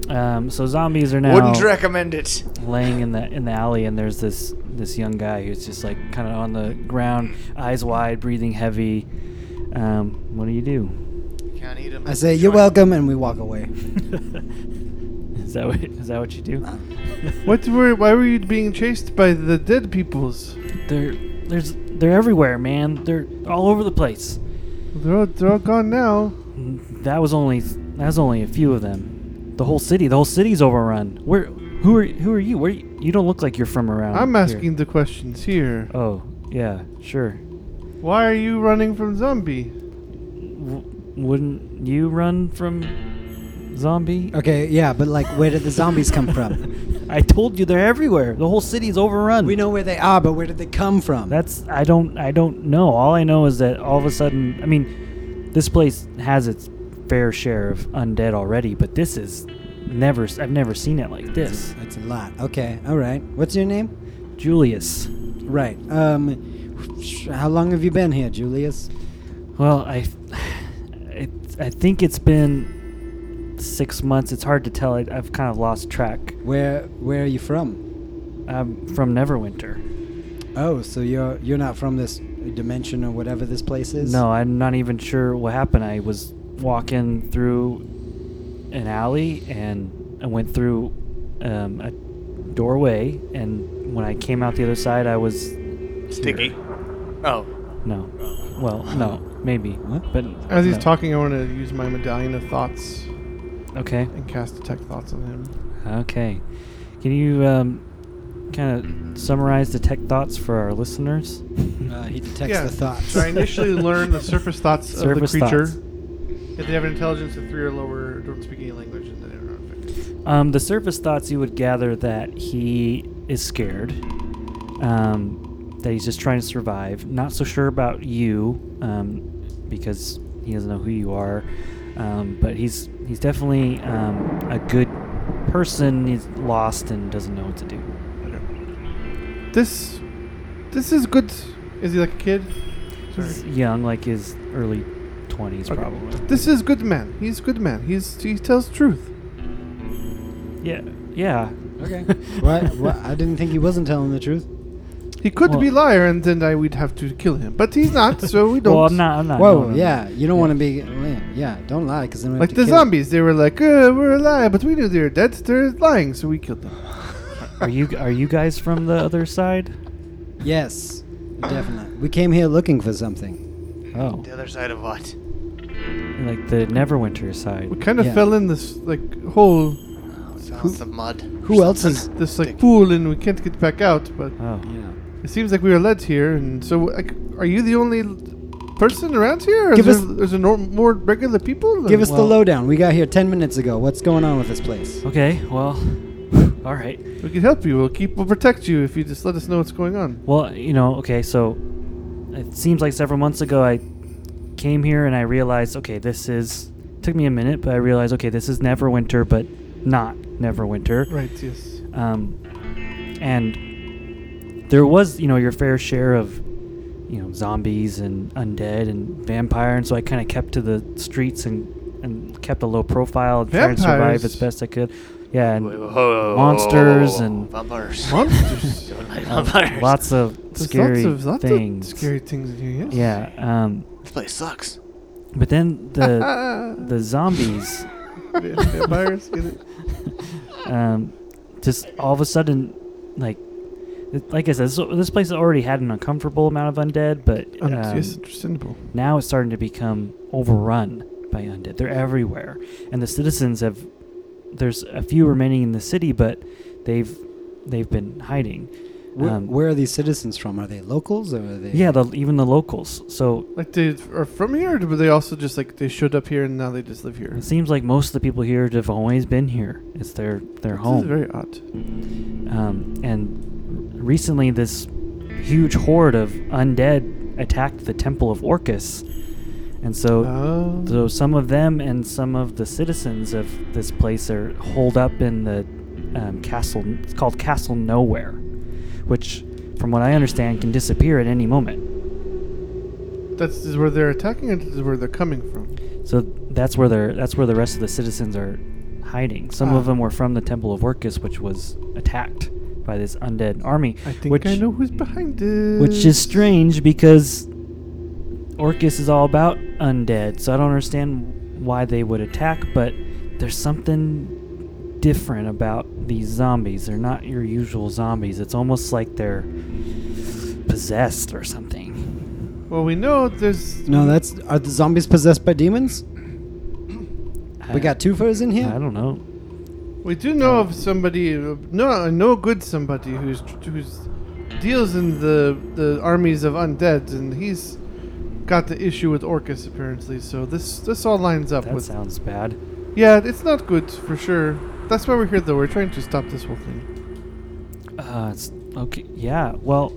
Um, so zombies are now
Wouldn't recommend it.
laying in the in the alley, and there's this this young guy who's just like kind of on the ground, eyes wide, breathing heavy. Um, what do you do?
Can't eat him.
I say, you're welcome, and we walk away.
Is that what, is that what you do?
What were? Why were you being chased by the dead peoples?
They're there's they're everywhere, man. They're all over the place.
They're all, they're all gone now.
That was only that was only a few of them. The whole city, the whole city's overrun. Where who are who are you? Where you, you don't look like you're from around.
I'm
here.
asking the questions here.
Oh yeah, sure.
Why are you running from zombie?
W- wouldn't you run from zombie?
Okay, yeah, but like, where did the zombies come from?
I told you they're everywhere. The whole city's overrun.
We know where they are, but where did they come from?
That's I don't I don't know. All I know is that all of a sudden, I mean, this place has its fair share of undead already, but this is never s- I've never seen it like this.
That's a lot. Okay, all right. What's your name?
Julius.
Right. Um, how long have you been here, Julius?
Well, I it, I think it's been 6 months. It's hard to tell. I, I've kind of lost track.
Where Where are you from?
I'm from Neverwinter.
Oh, so you're you're not from this dimension or whatever this place is.
No, I'm not even sure what happened. I was walking through an alley and I went through um, a doorway, and when I came out the other side, I was
Sticky. Oh,
no, well, no, maybe,
What?
but
As he's
no.
talking, I want to use my medallion of thoughts
Okay,
and cast detect thoughts on him.
okay. Can you um, kind of summarize the tech thoughts for our listeners?
Uh, he detects
yeah.
the thoughts.
So I initially learn the surface thoughts of the
Surface
creature.
thoughts.
If they have an intelligence of three or lower, don't speak any language, and then they're not affected.
Um, the surface thoughts you would gather that he is scared, um, that he's just trying to survive. Not so sure about you, um, because he doesn't know who you are. Um, but he's he's definitely um, a good person. He's lost and doesn't know what to do.
All This, this is good. Is he like a kid?
He's young, like his early 20s,
Okay.
probably.
This is good man. He's good man. He's he tells truth.
Yeah. Yeah.
Okay. what? what? I didn't think he wasn't telling the truth.
He could
Well-
be liar, and then I would have to kill him. But he's not, so we don't.
Well, I'm not. I'm not. no,
Whoa,
no, no.
yeah. You don't want to be. well, yeah, Yeah, don't lie, because then we
Like
have
the
to kill-
zombies, they were like, uh, "We're alive," but we knew they were dead. They're lying, so we killed them.
Are you Are you guys from the other side?
Yes, definitely. We came here looking for something.
Oh,
The other side of what?
like the Neverwinter side.
We kind of
Yeah.
fell in this like hole,
Sounds the mud.
Who else is?
this like pool, and we can't get back out. But
Oh,
Yeah.
it seems like we were led here, and so like, are you the only l- person around here? Or
Give
is
us-
there, is there no more regular people?
Give us the
Well-
lowdown. We got here ten minutes ago. What's going on with this place?
okay. Well, all right.
We can help you. We'll keep. We'll protect you if you just let us know what's going on.
Well, you know, okay. So it seems like several months ago, I came here and I realized, okay, this is. Took me a minute, but I realized, okay, this is Neverwinter, but not Neverwinter.
Right. Yes.
uh,
um, and there was you know your fair share of you know zombies and undead and vampire and so i kind of kept to the streets and and kept a low profile and tried to survive
Vampires?
as best i could yeah and
Whoa.
monsters and Um,
Vampires.
Monsters.
Vampires.
lots of
There's
scary
lots of, lots of
things
scary things in here. Yes.
yeah um
This place sucks.
but then the
Ah.
the zombies
Vampires. Get it?
um, just all of a sudden, like, it- like I said, this, this place already had an uncomfortable amount of undead, but
Um,
um,
yes, understandable.
now it's starting to become overrun by undead. They're everywhere, and the citizens have. There's a few remaining in the city, but they've they've been hiding.
Where,
Um,
where are these citizens from? Are they locals or are they?
Yeah, the, e- even the locals. So
Like they f- are from here, or were they also just like they showed up here and now they just live here?
it seems like most of the people here have always been here. It's their their
This
home.
is very odd.
um, and r- recently this huge horde of undead attacked the temple of orcus and so
Oh.
so some of them and some of the citizens of this place are holed up in the um, castle it's called castle nowhere which from what i understand can disappear at any moment
That's is where they're attacking, and this is where they're coming from.
so that's where they're that's where the rest of the citizens are hiding some of
Ah.
them were from the temple of orcus which was attacked by this undead army
I think
which
I know who's behind it.
Which is strange because Orcus is all about undead, so I don't understand why they would attack, but there's something different about these zombies. They're not your usual zombies. It's almost like they're possessed or something.
Well, we know there's
No, that's. Are the zombies possessed by demons? We got two furs in here.
I don't know.
we do know of somebody. uh, No, I know a good somebody who's who's deals in the the armies of undead, and he's got the issue with Orcus apparently. So this this all lines up
That
with.
sounds bad.
Yeah, it's not good for sure. That's why we're here though. We're trying to stop this whole thing.
Uh, it's okay. Yeah. Well,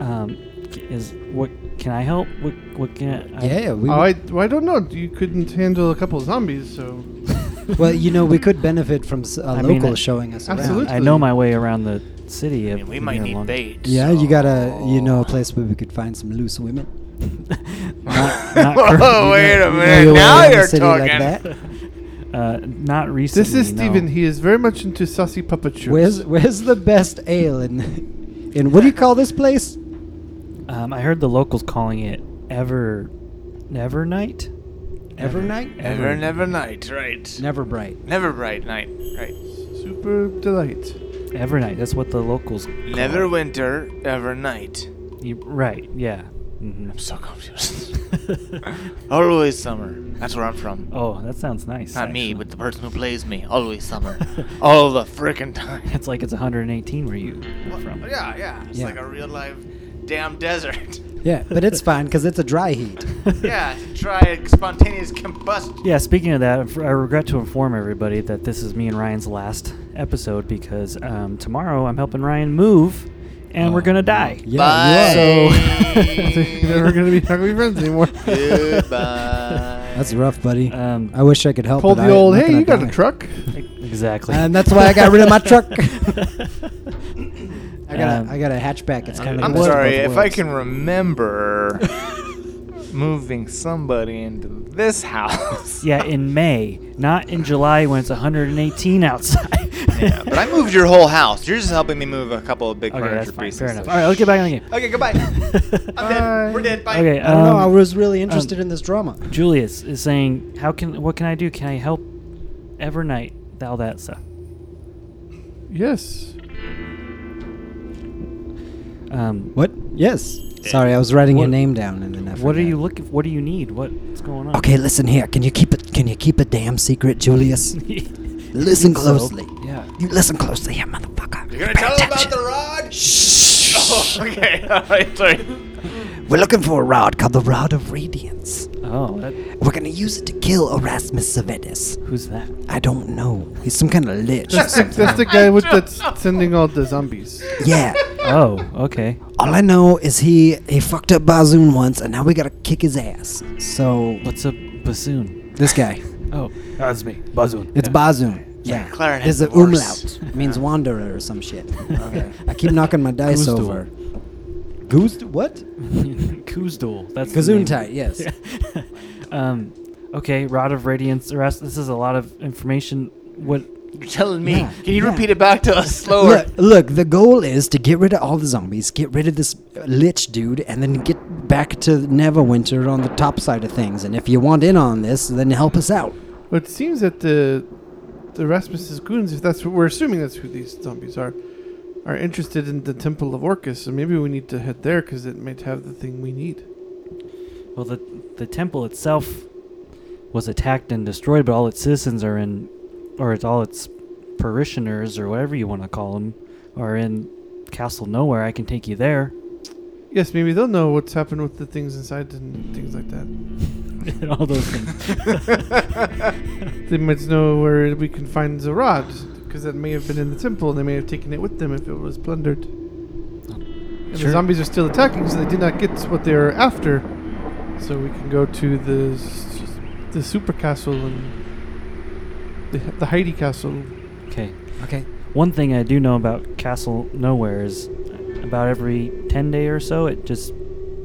um, c- is what can I help? What what can I?
yeah, we.
oh, I, well, I don't know. You couldn't handle a couple zombies, so
well, you know, we could benefit from s- a
I mean,
local
I-
showing us
Absolutely.
around.
I know my way around the city.
I
of
mean, we might
here
need
long-
bait.
Yeah,
so-
you gotta. You
Oh.
Oh.
know, a place where we could find some loose women.
not, not currently.
Whoa, wait a
You know
minute.
your way
Now
around the
you're
city
talking.
Like that.
Uh, not recently.
this is
no.
Steven. He is very much into saucy puppet shows.
Where's Where's the best ale in? In what do you call this place?
Um, I heard the locals calling it Ever, Never Night.
Ever night.
Never, never night, right?
Never bright.
Never bright night, right?
super delight?
Ever Night. That's what the locals. Call
Never
It.
winter, ever night.
You- right. Yeah. hmm
So confused. Always summer. That's where I'm from.
oh, that sounds nice.
Not me,
actually.
but the person who plays me. Always summer. All the frickin' time.
it's like it's 118 where you are from.
Yeah, yeah. It's
Yeah.
like a real life damn desert.
Yeah, but it's fine because it's a dry heat.
yeah, try spontaneous combustion.
Yeah, speaking of that, I regret to inform everybody that this is me and Ryan's last episode because um, tomorrow I'm helping Ryan move, and we're gonna die.
Oh, Yeah,
Bye.
you are.
So
They're never gonna be not gonna be friends anymore.
Goodbye.
That's rough, buddy.
Um,
I wish I could help.
Pull
but
the
I-
old.
not
Hey,
gonna
you got a
die."
truck?
Exactly.
And that's why I got rid of my truck. I got
Um,
a, I got a hatchback. It's kind of.
I'm
the best of
sorry, if
both
I
worlds.
can remember moving somebody into this house.
Yeah, in May, not in July when it's 118 outside.
Yeah, but I moved your whole house. You're just helping me move a couple of big
okay, that's
furniture
fine.
pieces.
Fair enough. All right, let's get back on the game.
Okay, goodbye. I'm dead. We're dead. Bye.
Okay,
I don't know. I
um,
was really interested in this drama.
Julius is saying, "How can? What can I do? Can I help? Evernight, all that stuff."
Yes.
Um,
What? Yes. Sorry, I was writing your
What-
name down and then I
what are
forgot.
you looking? What do you need? What's going on?
Okay, listen here. Can you keep it? Can you keep a damn secret, Julius? Listen
so.
closely.
Yeah.
You listen closely, here, motherfucker.
You're gonna tell him about the rod? Oh,
Shh.
okay, alright, sorry.
We're looking for a rod called the Rod of Radiance.
Oh, that,
We're gonna use it to kill Erasmus Savetus.
who's that?
I don't know. He's some kind of lich. or something.
That's the guy with that's sending all the zombies.
yeah.
Oh, okay.
All I know is he he fucked up Bazoon once, and now we gotta kick his ass. So
What's a bassoon?
this guy,
Oh, that's me, bassoon.
it's Bazoon. Yeah.
clarinet
There's an
voice.
umlaut. It means wanderer or some shit. Okay. I keep knocking my dice
Goose
over. Goose? What?
Kuzdul. That's the name.
Gazoon tie. Yes.
Um, okay, Rod of Radiance. Arrest. This is a lot of information. What?
You're telling me.
Yeah,
Can you
yeah.
repeat it back to us slower?
Look, look, the goal is to get rid of all the zombies, get rid of this lich dude, and then get back to Neverwinter on the top side of things. And if you want in on this, then help us out.
Well, it seems that the the Rasmus's goons, if that's what we're assuming that's who these zombies are, are interested in the Temple of Orcus. So maybe we need to head there because it might have the thing we need.
Well, the the temple itself was attacked and destroyed, but all its citizens are in, or it's all its parishioners or whatever you want to call them, are in Castle Nowhere. I can take you there.
Yes, maybe they'll know what's happened with the things inside and things like that.
and all those things.
They might know where we can find the rod because that may have been in the temple and they may have taken it with them if it was plundered. And
Sure.
the zombies are still attacking, so they did not get what they were after. So we can go to the s- the super castle and the, the Heidi castle.
Okay.
Okay.
One thing I do know about Castle Nowhere is about every 10 day or so it just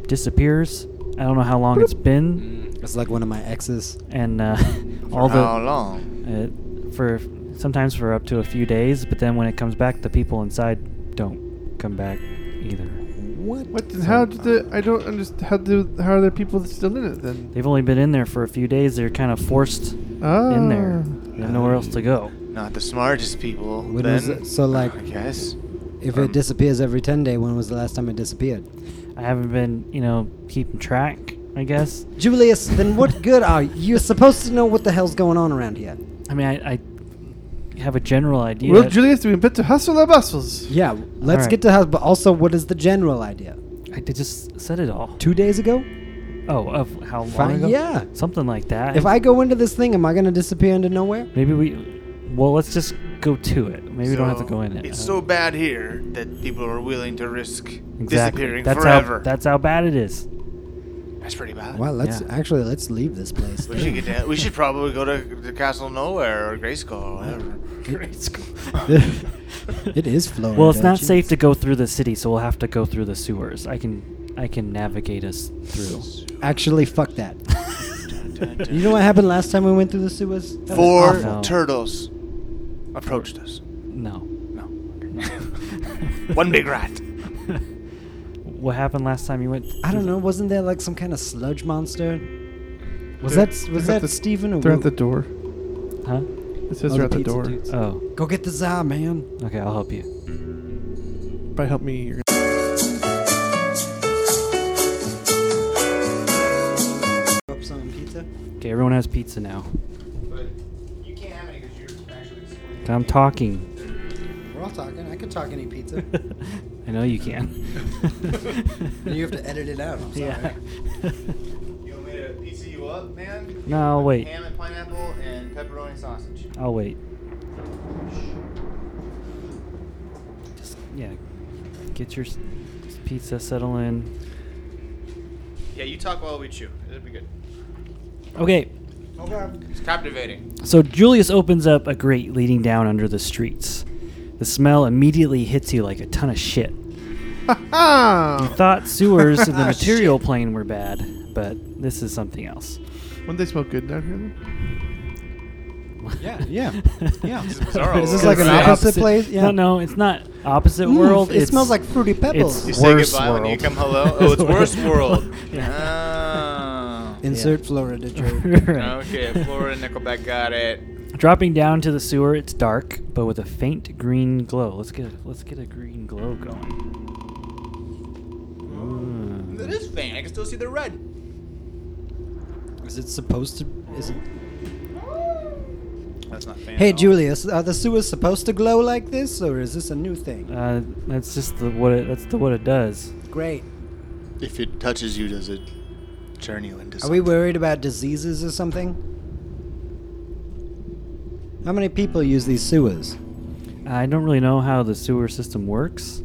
disappears. I don't know how long it's been
It's like one of my exes.
and uh, all
How
the
long?
uh, for sometimes for up to a few days, but then when it comes back the people inside don't come back either.
What?
What? And how did the? I don't understand. How do? How are the people still in it then?
They've only been in there for a few days. They're kind of forced
Ah,
in there. They have nowhere else to go.
Not the smartest people.
When was
then,
it- so, like-
I guess.
If it disappears every 10 day, when was the last time it disappeared?
I haven't been, you know, keeping track, I guess.
Julius, then what good are you? You're supposed to know what the hell's going on around here.
I mean, I, I have a general idea.
Well, Julius, do we bet to hustle or bustles?
Yeah, let's
Alright.
get to house, but also, what is the general idea?
I did just said it all.
Two days ago?
Oh, of how long
Fine,
ago?
yeah.
something like that.
If I go into this thing, am I going to disappear into nowhere?
maybe we, well, let's just go to it. Maybe we don't have to
So,
go in it.
It's
Uh,
so bad here that people are willing to risk
exactly.
disappearing
that's
forever.
How, that's how bad it is.
That's pretty bad.
Well, let's
Yeah.
actually let's leave this place.
We should, get down. we should probably go to the Castle Nowhere or Grayskull or whatever.
it is Florida.
Well, it's not
Jeez.
safe to go through the city, so we'll have to go through the sewers. I can, I can navigate us through.
Actually, fuck that. you know what happened last time we went through the sewers? That was
Four
awful.
No.
turtles approached us.
No.
No. One big rat.
What happened last time you went?
I don't know. Wasn't there like some kind of sludge monster? Was
They're-
that
they're
was
at
that
the-
Stephen or
They're at
Wu?
the door.
Huh?
It says
Oh,
they're at the
pizza
door.
dudes.
Oh,
Go get the za man.
okay. I'll help you.
But help me. You're
Up some pizza.
Okay, everyone has pizza now.
But you can't have any because you're actually
I'm talking.
We're all talking. I could talk any pizza.
I know you can.
you have to edit it out. I'm sorry.
yeah.
You want me to pizza you up, man?
No, wait.
Ham and pineapple and pepperoni sausage.
I'll wait. Just yeah, get your s- s- pizza settle in.
Yeah, you talk while we chew. It'll be good.
Okay,
It's captivating.
so Julius opens up a grate leading down under the streets. The smell immediately hits you like a ton of shit.
Ah!
Thought sewers in the material plane were bad, but this is something else.
Wouldn't they smell good down here? then?
Yeah, yeah, yeah.
Bizarro
Is this
world.
like an
Say-
opposite place? Yeah.
No, no, it's not opposite
Mm,
world.
It smells like fruity pebbles.
You
it's-
say
Worse
goodbye when you
world.
come hello. Oh, it's worse world.
Yeah.
Ah.
Insert Florida joke.
Right.
Okay, Florida Nickelback got it.
Dropping down to the sewer, it's dark, but with a faint green glow. Let's get let's get a green glow going.
It is faint. I can still see the red.
Is it supposed to? Is it?
That's not faint.
Hey,
at all.
Julius, are the sewers supposed to glow like this, or is this a new thing?
Uh, that's just the what it, that's the what it does.
Great.
If it touches you, does it turn you into
Are
something?
we worried about diseases or something? How many people use these sewers?
I don't really know how the sewer system works.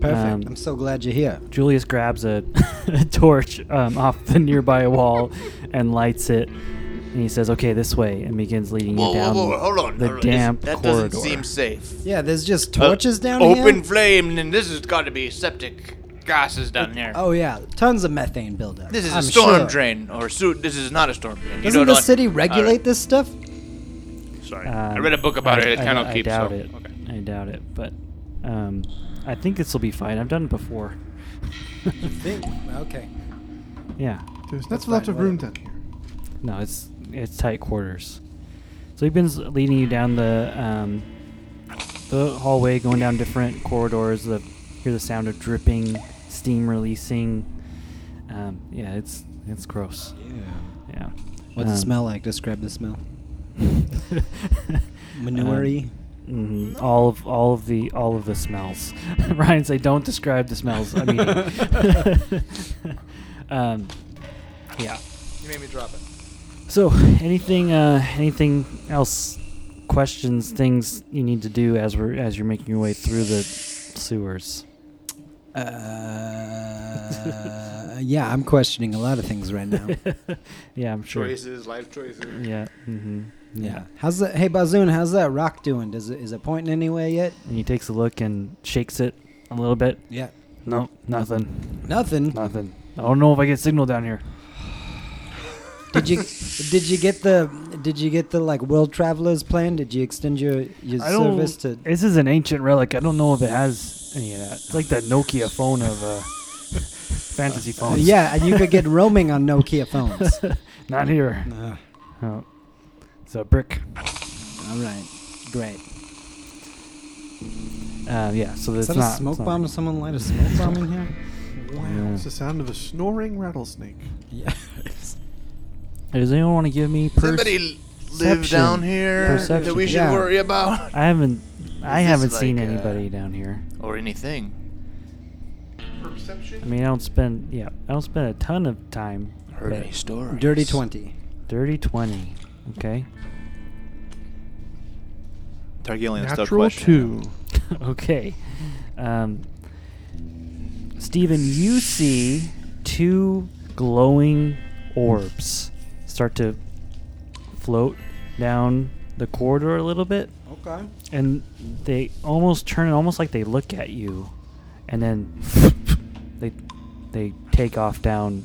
Perfect.
Um,
I'm so glad you're here.
Julius grabs a, a torch um, off the nearby wall and lights it. And he says, "Okay, this way," and begins leading
Whoa,
you down
whoa, whoa, hold on.
the
hold on. This-
damp
that
corridor.
doesn't seem safe.
Yeah, there's just torches down here.
Open flame, and this has got to be septic gases down here.
Oh yeah, tons of methane buildup.
This is
I'm
a storm
sure.
drain, or su- this is not a storm drain. You
Doesn't
don't
the
know-
city
All
regulate
right,
this stuff?
Sorry,
Um,
I read a book about
I-
it. It
I-
kind of
I
keeps.
doubt
so-
it.
Okay.
I doubt it, but um, I think this will be fine. I've done it before.
Think. Okay.
yeah,
There's not lots
fine,
of room down
whatever.
here.
no, it's it's tight quarters. So he begins leading you down the um, the hallway, going down different corridors. The hear the sound of dripping, steam releasing. Um, yeah, it's it's gross.
Yeah.
Yeah.
What's
Um,
the smell like? Describe the smell.
Um,
Manure-y?
mhm, all of all of the all of the smells. Ryan say don't describe the smells. I mean, um, yeah.
You made me drop it.
So anything uh, anything else? Questions, things you need to do as we're as you're making your way through the sewers.
Uh, yeah, I'm questioning a lot of things right now.
yeah, I'm sure.
Choices, life choices.
Yeah. hmm
Yeah. How's that? Hey, Bazoon, how's that rock doing? Does it is it pointing anywhere yet?
And he takes a look and shakes it a little bit.
Yeah.
No, nothing.
Nothing.
Nothing. I don't know if I get signal down here.
Did you did you get the did you get the like world travelers plan? Did you extend your your
I don't.
service to?
This is an ancient relic. I don't know if it has any of that. It's like that Nokia phone of uh, fantasy
Uh,
phones.
yeah, and you could get roaming on Nokia phones.
Not here.
Uh,
Oh. It's a brick.
all right, great.
Uh, yeah. So
Is
that's
that
not
a smoke
it's not-
bomb? Did someone light a smoke bomb in here?
Wow,
Yeah.
it's the sound of a snoring rattlesnake.
Yeah.
Does anyone want to give me? Per-
Somebody live
Perception.
down here that
Perception.
we should
Yeah.
worry about,
I haven't. I
Is this
haven't seen
like, uh,
anybody down here.
or anything.
I
Perception.
mean, I don't spend. Yeah, I don't spend a ton of time.
Heard any
But
stories?
Dirty twenty.
dirty twenty. Okay.
Targaryen still
Natural
questioning.
two.
okay. Um, Stephen, you see two glowing orbs start to float down the corridor a little bit,
Okay.
and they almost turn, almost like they look at you, and then they they take off down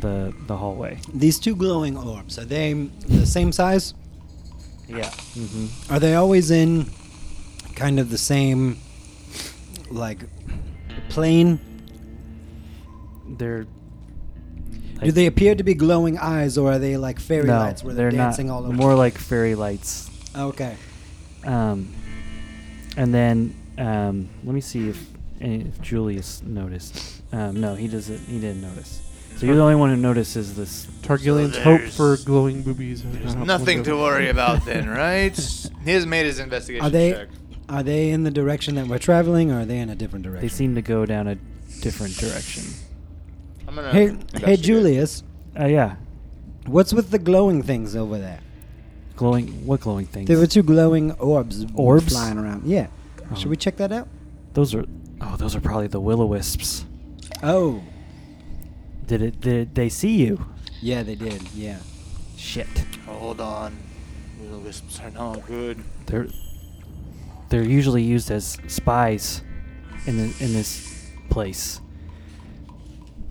the the hallway.
These two glowing orbs are they the same size?
Yeah. hmm
Are they always in kind of the same like plane?
They're.
Do they appear to be glowing eyes, or are they like fairy
no,
lights where
they're
they're, dancing
not.
all over?
More like fairy lights.
okay.
Um, and then um, let me see if, eh, if Julius noticed. Um, no, he doesn't. He didn't notice. So you're the only one who notices this.
Targaryen's
So
hope
there's-
for glowing boobies.
There's nothing to worry about then, right? He has made his investigation
Are they
check.
are they in the direction that we're traveling, or are they in a different direction?
They seem to go down a different direction.
I'm gonna
Hey, hey,
investigate.
Julius,
Uh, yeah,
what's with the glowing things over there?
glowing. What glowing things?
There were two glowing orbs,
Orbs?
flying around. Yeah,
Oh.
should we check that out?
those are. Oh, those are probably the will o wisps.
Oh,
Did it? Did they see you?
yeah, they did. Yeah,
Shit.
Oh, Hold on. Little wisps are not good.
They're. they're usually used as spies in the, in this place.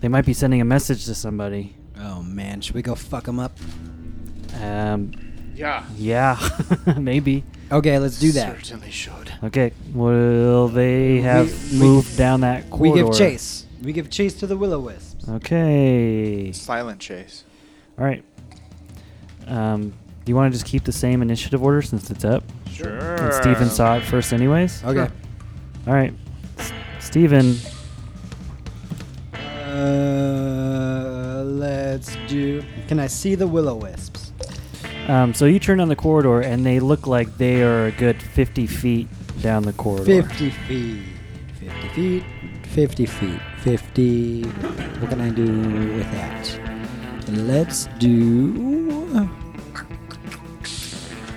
They might be sending a message to somebody.
Oh man, should we go fuck them up?
Um,
Yeah.
yeah, maybe.
Okay, let's do that.
Certainly should.
Okay, will they have
we-
moved down that
We
corridor?
give chase. We give chase to the willow wisps.
Okay.
Silent chase.
All right. Um, do you want to just keep the same initiative order since it's up?
Sure.
And Steven saw it first, anyways?
Okay.
All right. S- Steven,
Uh, let's do. Can I see the willow wisps?
um, so you turn down the corridor, and they look like they are a good 50 feet down the corridor.
Fifty feet. Fifty feet. Fifty feet. Fifty. What can I do with that? Let's do.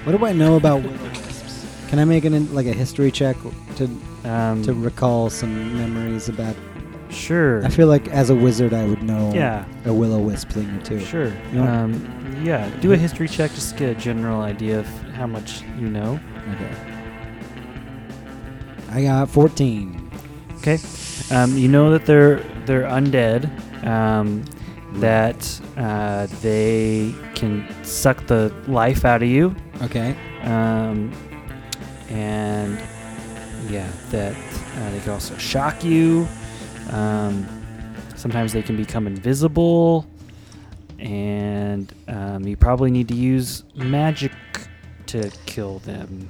What do I know about willow wisps? Can I make an like a history check to
Um,
to recall some memories about?
sure.
I feel like as a wizard, I would know
Yeah.
a willow wisp thing or two.
Sure.
You want-
Um, yeah, do a history check just to get a general idea of how much you know.
Okay. I got 14.
Okay. Um, you know that they're they're undead. Um, that uh, they can suck the life out of you.
Okay.
Um, and yeah, that uh, they can also shock you. Um, sometimes they can become invisible, and um, you probably need to use magic to kill them.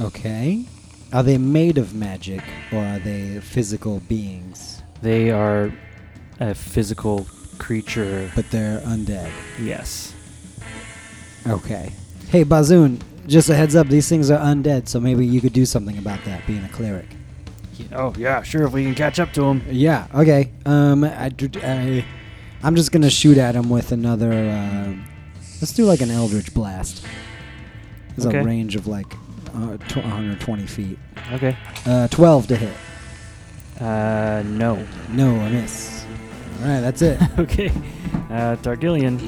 Okay. Are they made of magic or are they physical beings?
They are a physical creature.
But they're undead.
Yes.
Okay. Hey, Bazoon, just a heads up, these things are undead, so maybe you could do something about that being a cleric.
Oh yeah, sure. If we can catch up to him.
Yeah, okay. Um, I, dr- I, I'm just going to shoot at him with another. um let's do like an Eldritch Blast. There's
Okay.
a range of like uh, tw- 120 feet.
Okay.
Uh, 12 to hit.
Uh, no.
No, I miss. All right, that's it.
okay. Uh, Targillian.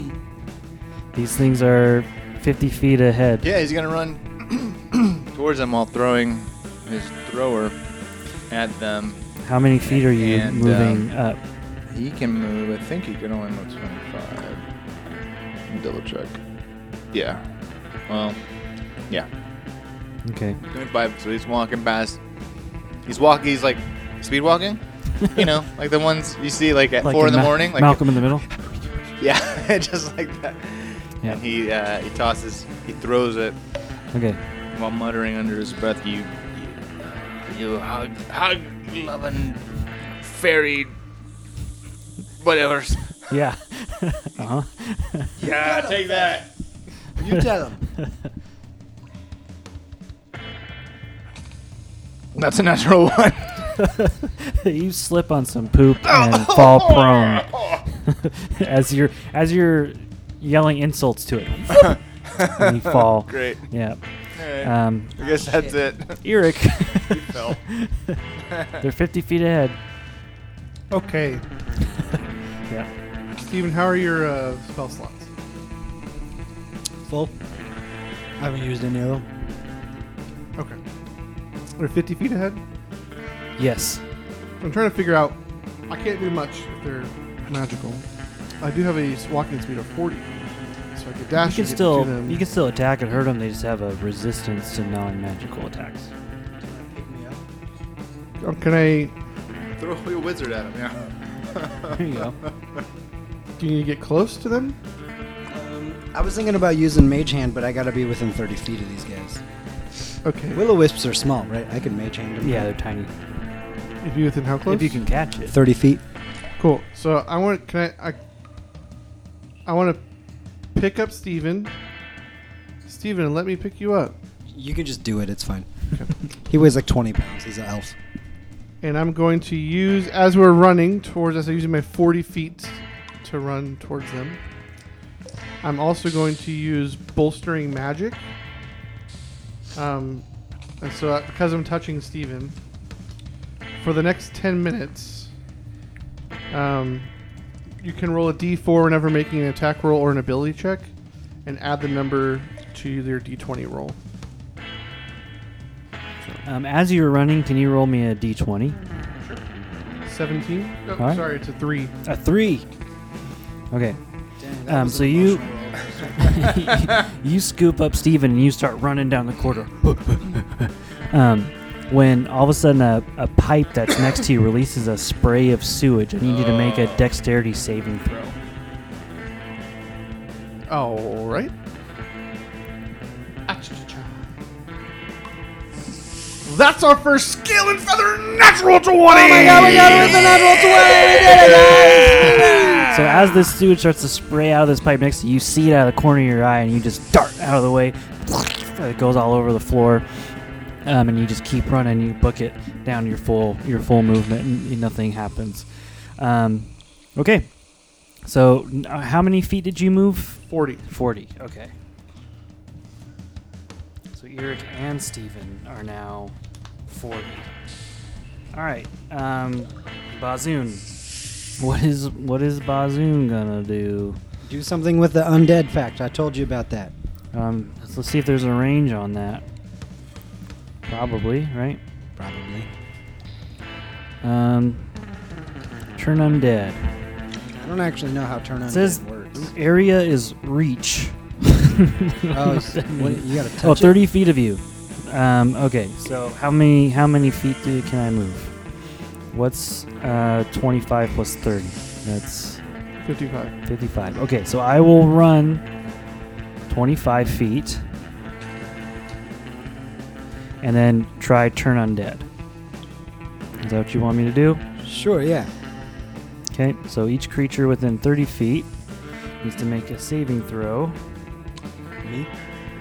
These things are 50 feet ahead.
Yeah, he's gonna run towards them while throwing his thrower at them.
How many feet are you
And, uh,
moving up?
He can move. I think he can only move 25. Let me Double check. Yeah. Well, yeah.
Okay.
25. So he's walking past. He's walking. He's like speed walking. You know, like the ones you see like at four in the
Ma-
morning. Like
Malcolm in the middle.
Yeah, just like that.
Yeah.
And he uh, he tosses. He throws it
Okay.
while muttering under his breath. You
You hug, hug, loving fairy, whatever.
Yeah. uh huh.
Yeah, take that.
you tell him.
That's a natural one.
you slip on some poop and fall prone as you're as you're yelling insults to it. and you fall.
Great.
Yeah.
Alright.
Um,
I guess that's it.
Eric.
fell.
They're 50 feet ahead.
Okay.
Yeah.
Steven, how are your uh, spell slots?
Full. I haven't used an arrow.
Okay. They're 50 feet ahead.
Yes.
I'm trying to figure out. I can't do much if they're magical. I do have a s- walking speed of 40, so I
You
could dash.
can
and get
still
to them.
you can still attack and hurt them. They just have a resistance to non-magical attacks.
Oh, can I?
Throw your wizard at him. Yeah.
There you go.
Do you need to get close to them?
Um, I was thinking about using mage hand, but I gotta be within 30 feet of these guys.
Okay.
Willow wisps are small, right? I can mage hand them.
Yeah, they're tiny.
If you within how close?
If you can catch it.
30 feet.
Cool. So I want. Can I? I, I want to pick up Steven. Steven, let me pick you up.
You can just do it. It's fine.
Okay.
He weighs like 20 pounds. He's an elf.
And I'm going to use as we're running towards us. I'm using my 40 feet to run towards them. I'm also going to use bolstering magic. Um, and so uh, because I'm touching Steven, for the next 10 minutes, um, you can roll a d4 whenever making an attack roll or an ability check, and add the number to your d20 roll.
Um, as you're running, can you roll me a d20?
17? Oh,
Alright.
Sorry, it's a 3.
A three. Okay. Um, so you you scoop up Steven and you start running down the corridor. um, when all of a sudden a, a pipe that's next to you releases a spray of sewage, I need you to make a dexterity saving throw.
Alright. That's our first skill and feather natural 20!
So as this sewage starts to spray out of this pipe next to you, you see it out of the corner of your eye and you just dart out of the way. It goes all over the floor. Um, and you just keep running, you book it down your full your full movement and nothing happens. Um, okay. So n- uh, how many feet did you move?
40.
40. Okay. So Eric and Steven are now 40. All right. Um Bazoon. What is what is Bazoon going to do?
Do something with the undead fact. I told you about that.
Um let's, let's see if there's a range on that. Probably, right?
Probably.
Um Turn undead.
I don't actually know how turn undead
It says
works.
area is reach.
oh, it's- what, you gotta touch
Oh,
it.
30 feet of you. Um, okay, so how many how many feet do can I move? What's uh, 25 plus 30? That's
55.
55. Okay, so I will run 25 feet and then try turn undead. Is that what you want me to do?
Sure, yeah.
Okay, so each creature within 30 feet needs to make a saving throw.
Me?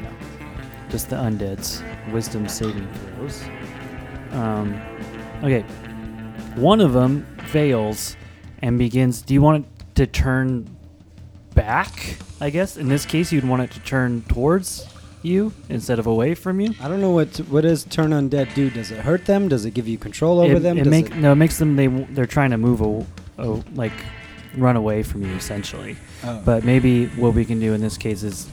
No. Just the undead's wisdom saving throws. Um, okay. One of them fails and begins. Do you want it to turn back? I guess in this case, you'd want it to turn towards you instead of away from you.
I don't know what what does turn undead do. Does it hurt them? Does it give you control over
it,
them?
it
Does
make
it-
no. It makes them. They w- they're trying to move a, a like run away from you essentially.
Oh.
But maybe what we can do in this case is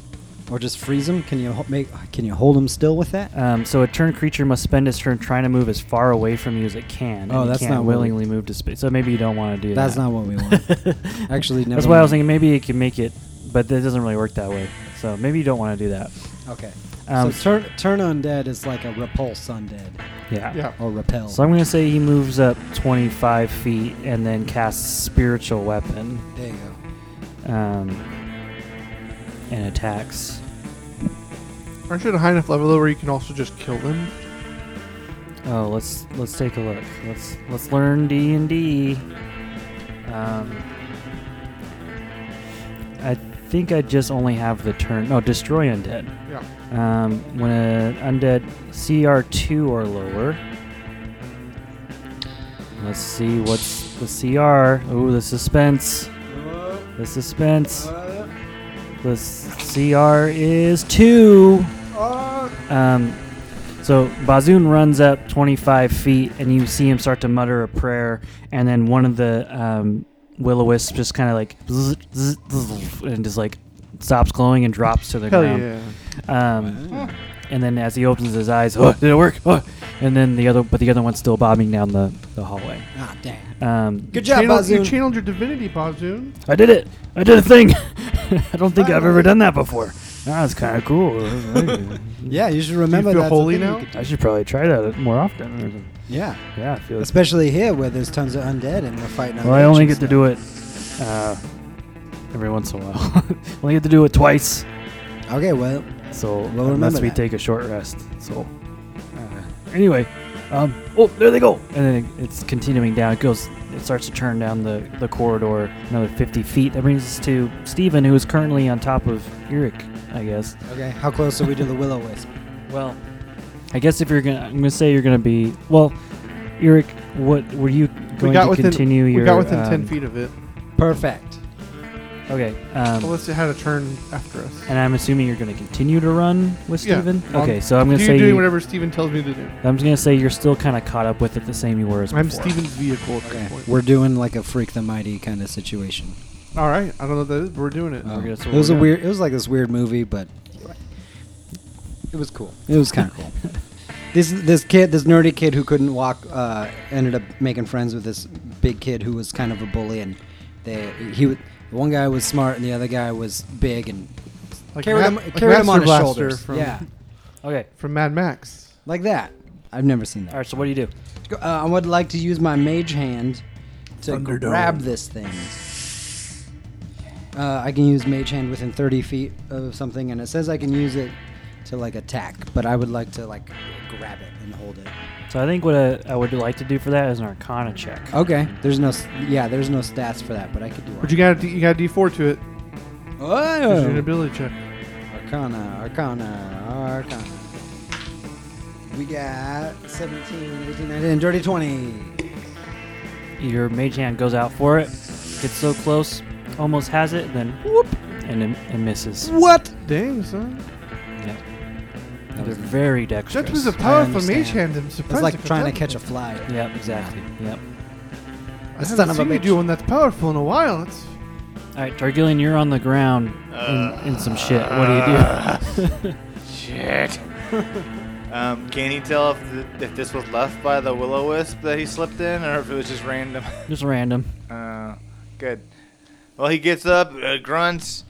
or just freeze them? Can you ho- make? Can you hold them still with that?
Um, so a turn creature must spend its turn trying to move as far away from you as it can.
Oh,
and
that's
it can't
not what we-
willingly move to space. So maybe you don't want to do
That's
that.
not what we want. actually, never
That's why I was
mind.
thinking maybe it can make it, but it doesn't really work that way. So maybe you don't want to do that.
Okay.
Um,
so turn turn undead is like a repulse undead
Yeah.
Yeah.
or repel.
So I'm going to say he moves up 25 feet and then casts spiritual weapon
there you go.
um, and attacks.
Aren't you at a high enough level though where you can also just kill them?
Oh, let's let's take a look. Let's let's learn D and D. Um, I think I just only have the turn. No, destroy undead.
Yeah.
Um, when an undead CR two or lower. Let's see what's the CR. Oh, the suspense. The suspense. The s- CR is two. Um, so Bazoon runs up 25 feet, and you see him start to mutter a prayer, and then one of the um, will o wisps just kind of like zzz, zzz, zzz, and just like stops glowing and drops to the
Hell
ground.
yeah.
Um, And then as he opens his eyes, oh, did it work? Oh. And then the other, but the other one's still bobbing down the, the hallway.
Ah, damn.
Um,
Good job,
Channel- You
Bazoon.
channeled your divinity, Bazoon.
I did it! I did a thing! I don't think I've ever done that before. That's kind of cool.
yeah, you should remember
feel
that's a
holy
thing you
now?
could do.
I should probably try that more often.
Yeah,
Yeah, I feel
especially here where there's tons of undead and we're fighting.
Well, I only get to do it uh, every once in a while. only get to do it twice.
Okay, well,
So uh,
Well,
unless
remember
we
that.
take a short rest. So uh, anyway, um, oh, there they go, and then it- it's continuing down. It goes. It starts to turn down the the corridor another 50 feet. That brings us to Stephen, who is currently on top of Eric, I guess.
okay. How close are we to the willow wisp?
Well, I guess if you're gonna, I'm gonna say you're gonna be well. Eric, what were you
We
going
got
to
within
continue
we
your?
got within 10
um,
feet of it.
Perfect.
Okay. Um,
Unless it had a turn after us.
And I'm assuming you're going to continue to run with
Yeah.
Steven?
Um,
Okay, so I'm going to
You're
say
doing
you-
whatever Steven tells me to do.
I'm just going to say you're still kind of caught up with it the same you were as
I'm
before.
Steven's vehicle at this
Okay,
point.
we're doing like a freak the mighty kind of situation.
All right. I don't know what that is, but we're doing it.
Um,
gonna- so
it
we're
was a
gonna-
weird. It was like this weird movie, but anyway, it was cool. It was kind of cool. This this kid, this nerdy kid who couldn't walk, uh, ended up making friends with this big kid who was kind of a bully, and they he w- one guy was smart and the other guy was big and
Like
carried
Ma-
him
like
carried him
Master
on his
Blaster
shoulders.
From,
Yeah,
Okay.
from Mad Max.
like that. I've never seen that.
All right. So what do you do?
Uh, I would like to use my mage hand to
Thunderdome.
grab this thing. Uh, I can use mage hand within 30 feet of something, and it says I can use it to like attack, but I would like to like grab it and hold it.
So I think what I, I would like to do for that is an Arcana check.
Oh.
Okay, there's no s- yeah, there's no stats for that, but I could do.
But you got you got D four to it. It's an
Oh,
ability check.
Arcana, Arcana, Arcana. We got 17, 18, 19, dirty 20.
Your mage hand goes out for it, gets so close, almost has it, then whoop, and it, it misses.
What?
Dang, son.
Yeah. They're very dexterous.
That was a powerful
understand.
mage hand. I'm
It's
surprised. I
like
could
trying to
tell.
catch a fly.
Yep, exactly. Yep.
I haven't
son of a
seen you
bitch.
do one that's powerful in a while. It's
All right, Targillian, you're on the ground in, in some shit. What do you
Uh.
Shit. um, can he tell if, the, if this was left by the willow wisp that he slipped in, or if it was just random?
do? Just random.
Uh, good. Well, he gets up, uh, grunts,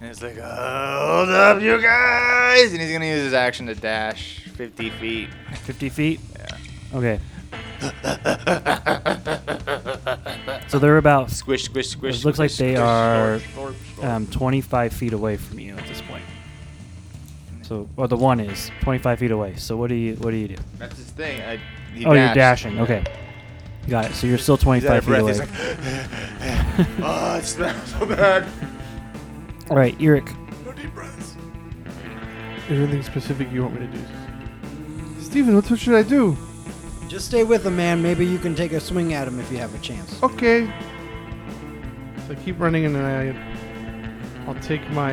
and it's like, uh, "Hold up, you guys!" And he's gonna use his action to dash 50 feet.
50 feet? Okay. so they're about
Squish, squish, squish.
It looks like
squish,
they
squish,
are,
slurp, slurp, slurp.
um, 25 feet away from you at this point. So, or the one is 25 feet away. So what do you what do you do?
That's his thing. I, he
oh, you're
dashed.
dashing. Okay, got it. So you're still
He's out
25
of
feet
breath.
away.
He's like, "Oh, it smells so bad."
All right, Eric.
No deep breaths.
is there anything specific you want me to do. Steven, what, what should I do?
Just stay with him, man. Maybe you can take a swing at him if you have a chance.
Oh.
Okay. So I keep running and then I, I'll take my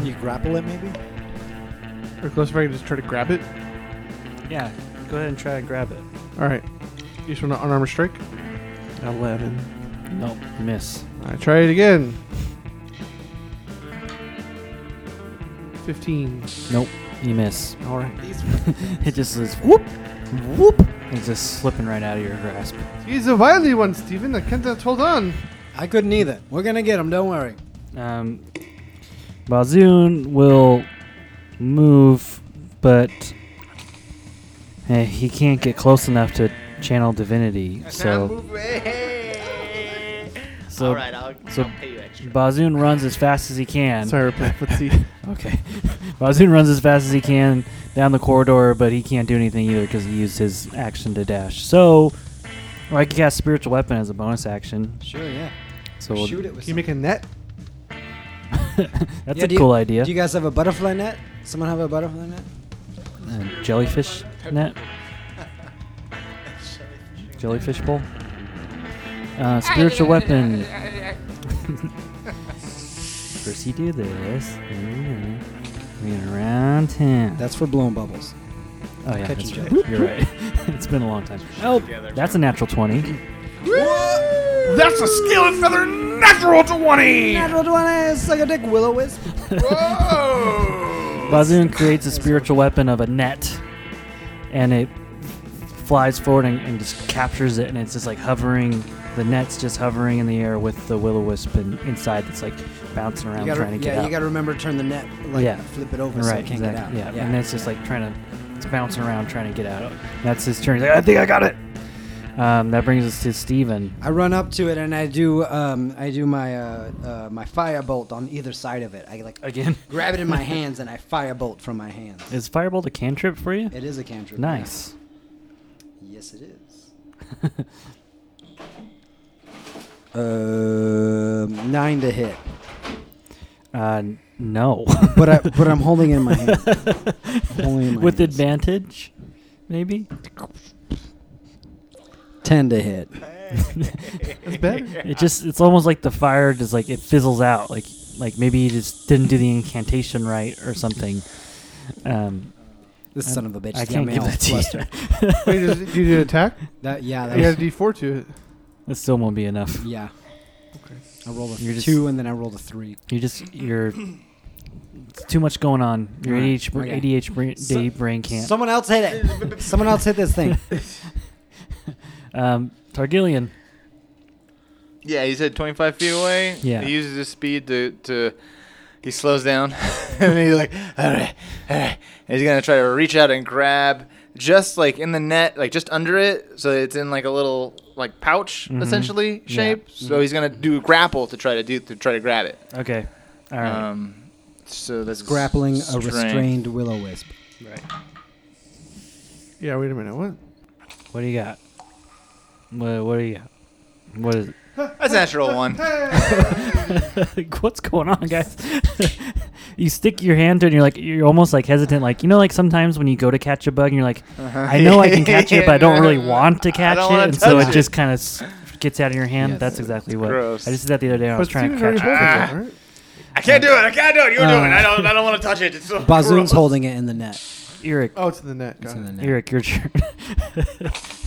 uh,
you grapple it, maybe?
or close if I can just try to grab it.
Yeah, go ahead and try and grab it.
All right. You just want an unarmored strike. Eleven.
Nope, miss.
I try it again. Fifteen.
Nope, you miss.
All right.
It just is whoop, whoop. It's just slipping right out of your grasp.
He's a wily one, Steven. I can't just hold on.
I couldn't either. We're gonna get him. Don't worry.
Um, Bazoon will move, but eh, he can't get close enough to channel divinity. So, so
All right, I'll,
so-
I'll pay you extra.
Bazoon runs as fast as he can.
Sorry, we're playing footsie.
Okay. Bazoon runs as fast as he can down the corridor, but he can't do anything either because he used his action to dash. So, or I could cast spiritual weapon as a bonus action.
Sure, yeah.
So we'll-
Shoot it with.
Can you make a net?
that's
Yeah,
a
do you-
cool idea.
Do you guys have a butterfly net? Someone have a butterfly net?
Uh, jellyfish net. Jellyfish bowl. Uh, spiritual weapon. First you do this, then you go around him.
That's for blowing bubbles.
oh yeah,
catching
that's right. you're right. it's been a long time. Oh, that's a natural twenty.
That's a skill and feather natural 20!
Natural twenty, suck a dick, willow wisp.
Whoa!
Bazoon creates a spiritual weapon of a net, and it flies forward and, and just captures it, and it's just like hovering. The net's just hovering in the air with the will o wisp and inside. That's like bouncing around
You gotta,
trying to get
yeah,
out.
you gotta remember to turn the net, like
Yeah.
flip it over so
right,
it can't
exactly.
get out.
Yeah. and it's just like trying to, it's bouncing around trying to get out. That's his turn. He's like, I think I got it. Um, that brings us to Steven.
I run up to it and I do, um, I do my uh, uh, my firebolt on either side of it. I like
Again,
grab it in my hands and I firebolt from my hands.
is Firebolt a cantrip for you?
It is a cantrip. yeah.
Nice.
Yes, it is. Um, nine to hit,
Uh, no.
but I but I'm holding it in my hand. I'm holding it in my
With
hands.
advantage, maybe?
ten to hit.
That's better.
It just it's almost like the fire just like it fizzles out like like maybe you just didn't do the incantation right or something. Um
This son of a bitch.
I
got
can't
me
give
all
that to you.
flustered.
Wait, is it- you did attack?
That yeah, that
You got
was,
a D four to it.
it still won't be enough.
yeah. I rolled a
You're just-
two and then I rolled a three.
You just your It's too much going on. Your ADHD, br-
Okay.
ADHD bra- day brain can't.
Someone else hit it. Someone else hit this thing.
um, Targillian.
Yeah, he said 25 feet away.
Yeah.
He uses his speed to. to he slows down. and he's like, all right, all right. And he's going to try to reach out and grab just like in the net, like just under it. So it's in like a little like pouch essentially
Mm-hmm. Yeah. Mm-hmm.
shape. So he's going to do grapple to try to do to try to grab it.
Okay. All right.
Um, so that's
Grappling a
strength.
restrained willow wisp.
Yeah, wait a minute. What?
what do you got? What, what do you got? What is
That's a natural one.
it? What's going on, guys? you stick your hand to it and you're like, you're almost like hesitant. Like, you know, like sometimes when you go to catch a bug and you're like, I know I can catch it, but I don't really want to catch
don't
it.
wanna
And so
touch
it,
it.
just kind of gets out of your hand. That's exactly what.
gross.
I just did that the other day. when I was trying to catch
already both
I can't do it. I can't do it. You
Uh,
do it. I don't. I don't want to touch it. It's so
Bazoon's
gross.
holding it in the net.
Eric.
Oh, it's in the net.
It's
Got
in the
it.
net.
Eric, your turn.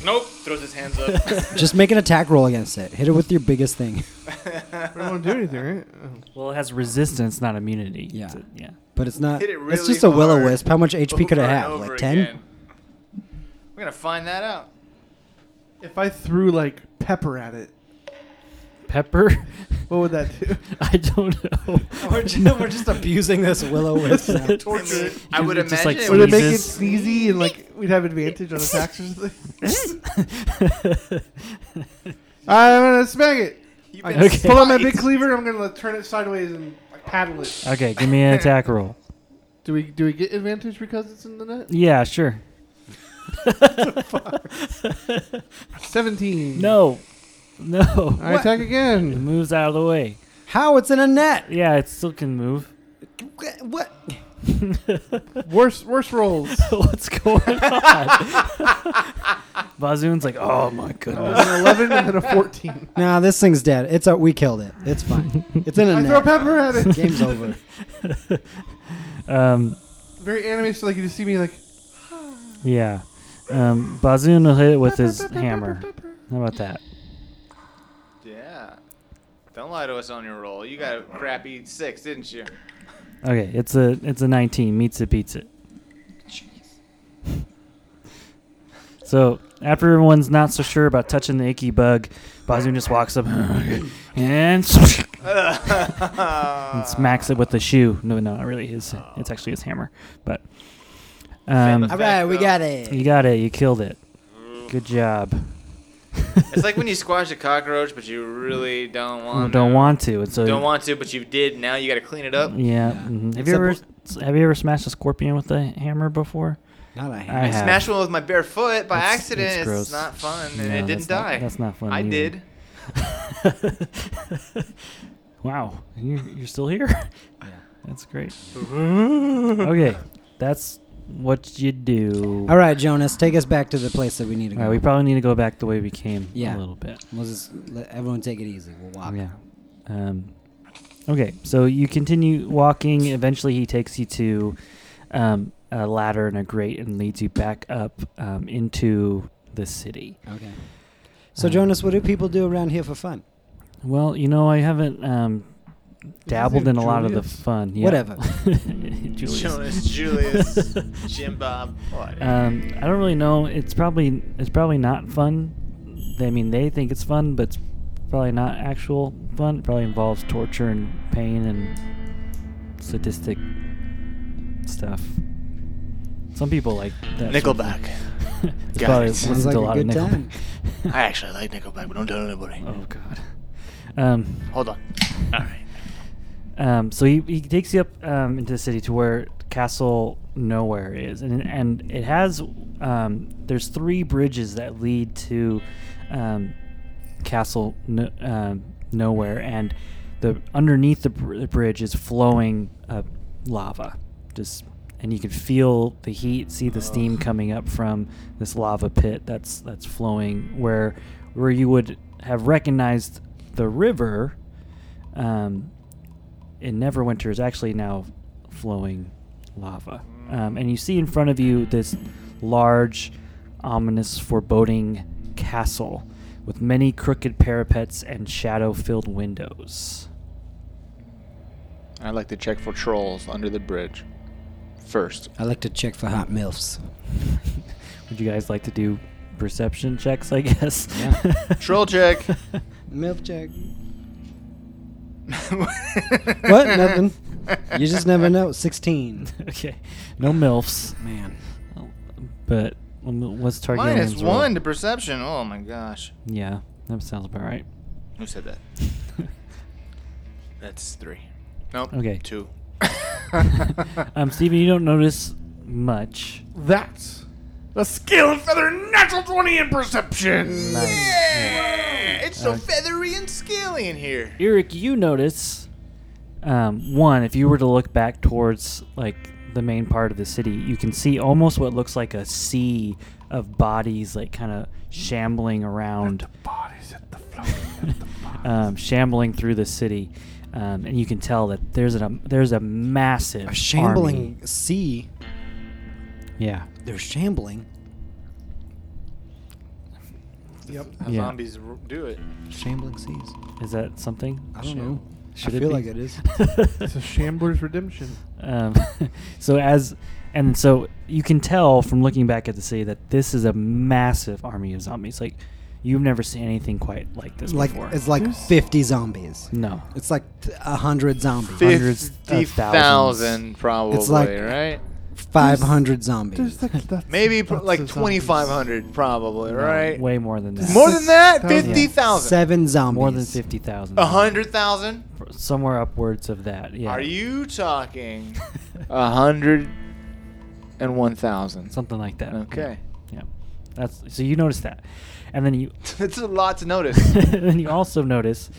Nope. Throws his hands up.
Just make an attack roll against it. Hit it with your biggest thing.
We don't do anything, right? Oh.
well, it has resistance, not immunity.
Yeah.
So, yeah.
But it's not.
Hit it
it's
really
just a will o
hard.
wisp. How much HP could it
Over and
have?
over
Like 10?
again. We're gonna find that out.
If I threw like pepper at it,
Pepper.
what would that do?
I don't know.
We're just, we're just abusing this will o wisp. now.
Torture.
Just-
I would
it just,
imagine.
like,
it
would
would
it make it
Jesus.
sneezy and like we'd have advantage on attacks or something? I'm gonna smack it.
You've
I
been
Okay.
pull out my big cleaver. and I'm gonna like, turn it sideways and like, paddle it.
okay, give me an attack roll.
Do we do we get advantage because it's in the net?
Yeah, sure.
Seventeen.
No. No.
I attack
It
again.
moves out of the way.
How? It's in a net.
Yeah, it still can move.
What?
Worse worse rolls.
What's going on? Bazoon's like, oh my goodness.
an eleven and then a fourteen.
Nah, this thing's dead. It's a, we killed it. It's fine. It's in a
I throw
net.
pepper at it.
Game's over.
Um,
Very animated, so like you just see me like
yeah. Um, Bazoon will hit it with his hammer. How about that?
Yeah. Don't lie to us on your roll. You got a crappy six, didn't you?
Okay, it's a it's a 19. Meets it, beats it. So after everyone's not so sure about touching the icky bug, Bazoon just walks up and, and smacks it with the shoe. No, no, not really his. It's
Oh.
actually his hammer. But um,
All right, we got
you
it.
got it. You killed it. Good job.
It's like when you squash a cockroach, but you really don't want.
don't
to.
want to. And so
Don't want to, but you did. Now you got to clean it up.
Yeah. mhm. Have
Except
you ever have you ever smashed a scorpion with a hammer before?
Not a
I
I
hand.
have.
smashed one with my bare foot by
That's-
accident.
that's
It's,
gross.
not fun, and
No,
it
that's
didn't
not-
die.
that's not fun
I
either.
did.
wow, you're, you're still here. that's great. okay, that's what you do.
All right, Jonas, take us back to the place that we need to
All
go.
right, we probably need to go back the way we came
Yeah.
a little bit.
We'll just let everyone take it easy. We'll walk.
Yeah. Um, okay, so you continue walking. Eventually, he takes you to um, a ladder and a grate and leads you back up um, into the city.
Okay. So,
Um,
Jonas, what do people do around here for fun?
Well, you know, I haven't um, dabbled in a lot of the
Julius?
fun. Yeah.
Whatever.
Julius.
Jonas, Julius, Jim Bob. What?
Um, I don't really know. It's probably it's probably not fun. They- I mean, they think it's fun, but it's probably not actual fun. It probably involves torture and pain and sadistic stuff. Some people like that. sort of
Nickelback.
thing. There's
Got
probably
it.
listens
Sounds
to
like
a
a
lot of
good
Nickelback.
time.
I actually like Nickelback, but don't tell anybody.
oh God. Um,
Hold on. All right.
Um, so he, he takes you up um, into the city to where Castle Nowhere is, and and it has um, there's three bridges that lead to um, Castle no, um, Nowhere, and the underneath the, br- the bridge is flowing uh, lava, just and you can feel the heat, see the steam coming up from this lava pit that's that's flowing where where you would have recognized the river. Um, in Neverwinter is actually now flowing lava. Um, and you see in front of you this large, ominous, foreboding castle with many crooked parapets and shadow filled windows.
I'd like to check for trolls under the bridge first.
I like to check for hot milfs.
Would you guys like to do perception checks? I guess.
Yeah.
Troll check.
Milf check. What? Nothing. You just never know. 16.
okay. No milfs,
Man.
but um, what's Targaryen's
Minus
roll?
one to perception. Oh my gosh.
Yeah, that sounds about right.
Who said that? That's three. Nope.
Okay.
Two.
um, Steven, you don't notice much.
That's a skill and feather natural 20 in perception.
Yeah! It's so feathery and scaly in here.
Eric, you notice um, one. If you were to look back towards like the main part of the city, you can see almost what looks like a sea of bodies, like kind of shambling around.
Bodies at the floor.
um, shambling through the city, um, and you can tell that there's a there's a massive
A shambling
army.
sea.
Yeah,
They're shambling.
yep.
How
Yeah.
zombies r- do it.
Shambling seas.
is that something?
I don't know.
Should
I
it
feel
be?
like it is.
It's a shambler's redemption.
um, so as and so you can tell from looking back at the city that this is a massive army of zombies. Like you've never seen anything quite like this
like
before.
it's like 50 zombies.
no,
It's like t- a hundred zombies.
Hundreds of
Fifty thousand,
thousands.
probably.
like-
right?
Five hundred
There's
zombies.
like that's-
Maybe pr-
lots
like
of zombies.
twenty five hundred, probably.
no,
right?
way more than that.
More than that,
Thousand.
fifty thousand.
Seven zombies.
more than fifty thousand.
A hundred thousand?
somewhere upwards of that. Yeah,
Are you talking a hundred and one thousand?
something like that?
Okay.
Yeah. That's so you notice that, and then you
It's a lot to notice.
then you also notice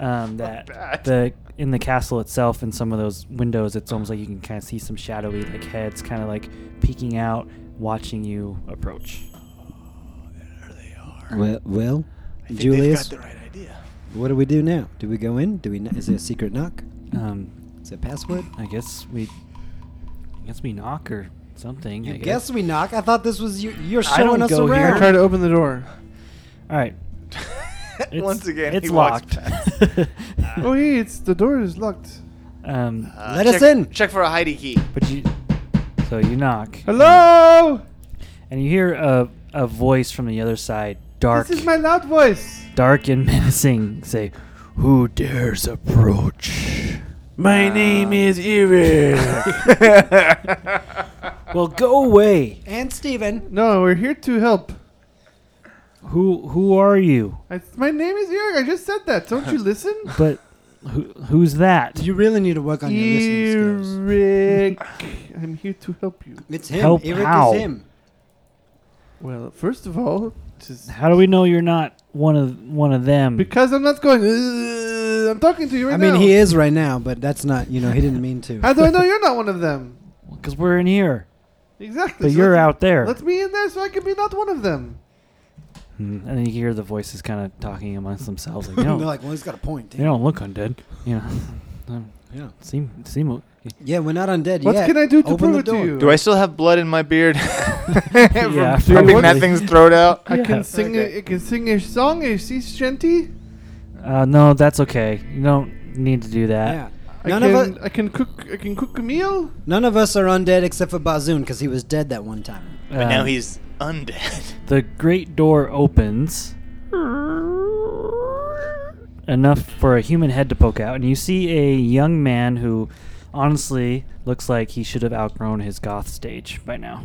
um, that
bad.
the in the castle itself in some of those windows it's almost like you can kind of see some shadowy like heads kind of like peeking out watching you approach.
Well, well Julius,
Got the right idea.
what do we do now? Do we go in? Do we? kn- Is there a secret knock?
Um,
Is there a password?
I guess we I guess we knock or something. I
You guess we knock. I thought this was you. You're
I don't
showing us
go here.
I
around.
tried to open the door.
All right. It's,
Once again,
it's
he walks
locked.
past.
Oh, hey, it's the door is locked.
um,
Uh,
Let us
check-
in.
Check for a Heidi key.
but you so you knock
Hello.
and you hear a a voice from the other side, dark.
This is my loud voice.
dark and menacing say, Who dares approach? Ah.
My name is Eric.
Well, go away.
And Steven.
no, we're here to help.
Who who are you?
I, my name is Eric. I just said that. Don't you listen?
But who who's that?
You really need to work on your listening skills.
Eric, I'm here to help you.
It's him.
Help
Eric
how?
is him.
Well, first of all, just
How do we know you're not one of one of them?
because I'm not going. "Ugh," I'm talking to you right
I mean,
now.
he is right now, but that's not. You know, he didn't mean to.
How do I know you're not one of them?
Because we're in here,
Exactly.
but
so
you're
let's-
out there.
Let me in there so I can be not one of them.
Mm, And you hear the voices kind of talking amongst themselves, like,
They're
"No,
like, well, he's got a point.
they don't look undead." You know, Um,
Yeah.
seem seem.
Yeah, we're not undead
What
yet.
can I do to
Open
prove
the
it to
door.
you?
Do I still have blood in my beard?
Yeah,
From
probably.
pumping that thing's throat out.
I
Yeah.
can sing.
Okay.
A, I can sing a song. A sea shanty.
Uh, no, that's okay. You don't need to do that.
Yeah.
I
None
can.
of us.
I can cook. I can cook a meal.
None of us are undead except for Bazoon because he was dead that one time.
But now
Um,
he's undead.
The great door opens. Enough for a human head to poke out, and you see a young man who honestly looks like he should have outgrown his goth stage by now.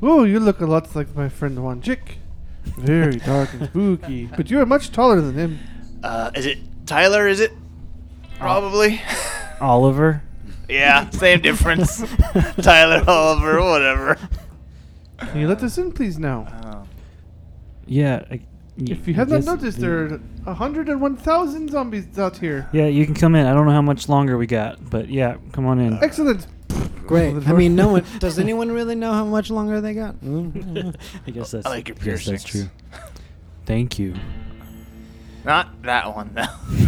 Oh, you look a lot like my friend Wanjik. Very dark and spooky. But you are much taller than him.
Uh, is it Tyler? Is it? Probably.
Oliver?
yeah, same difference. Tyler Oliver, whatever.
Can you let us in, please, now?
Oh.
Yeah. I,
If you have not noticed, there are 101,000 zombies out here.
Yeah, you can come in. I don't know how much longer we got, but yeah, come on in.
Excellent.
Great.
Open the
I
door.
mean, no one. Does anyone really know how much longer they got? Mm.
I guess that's,
I like your
yes,
piercings.
that's true. Thank you.
Not that one though.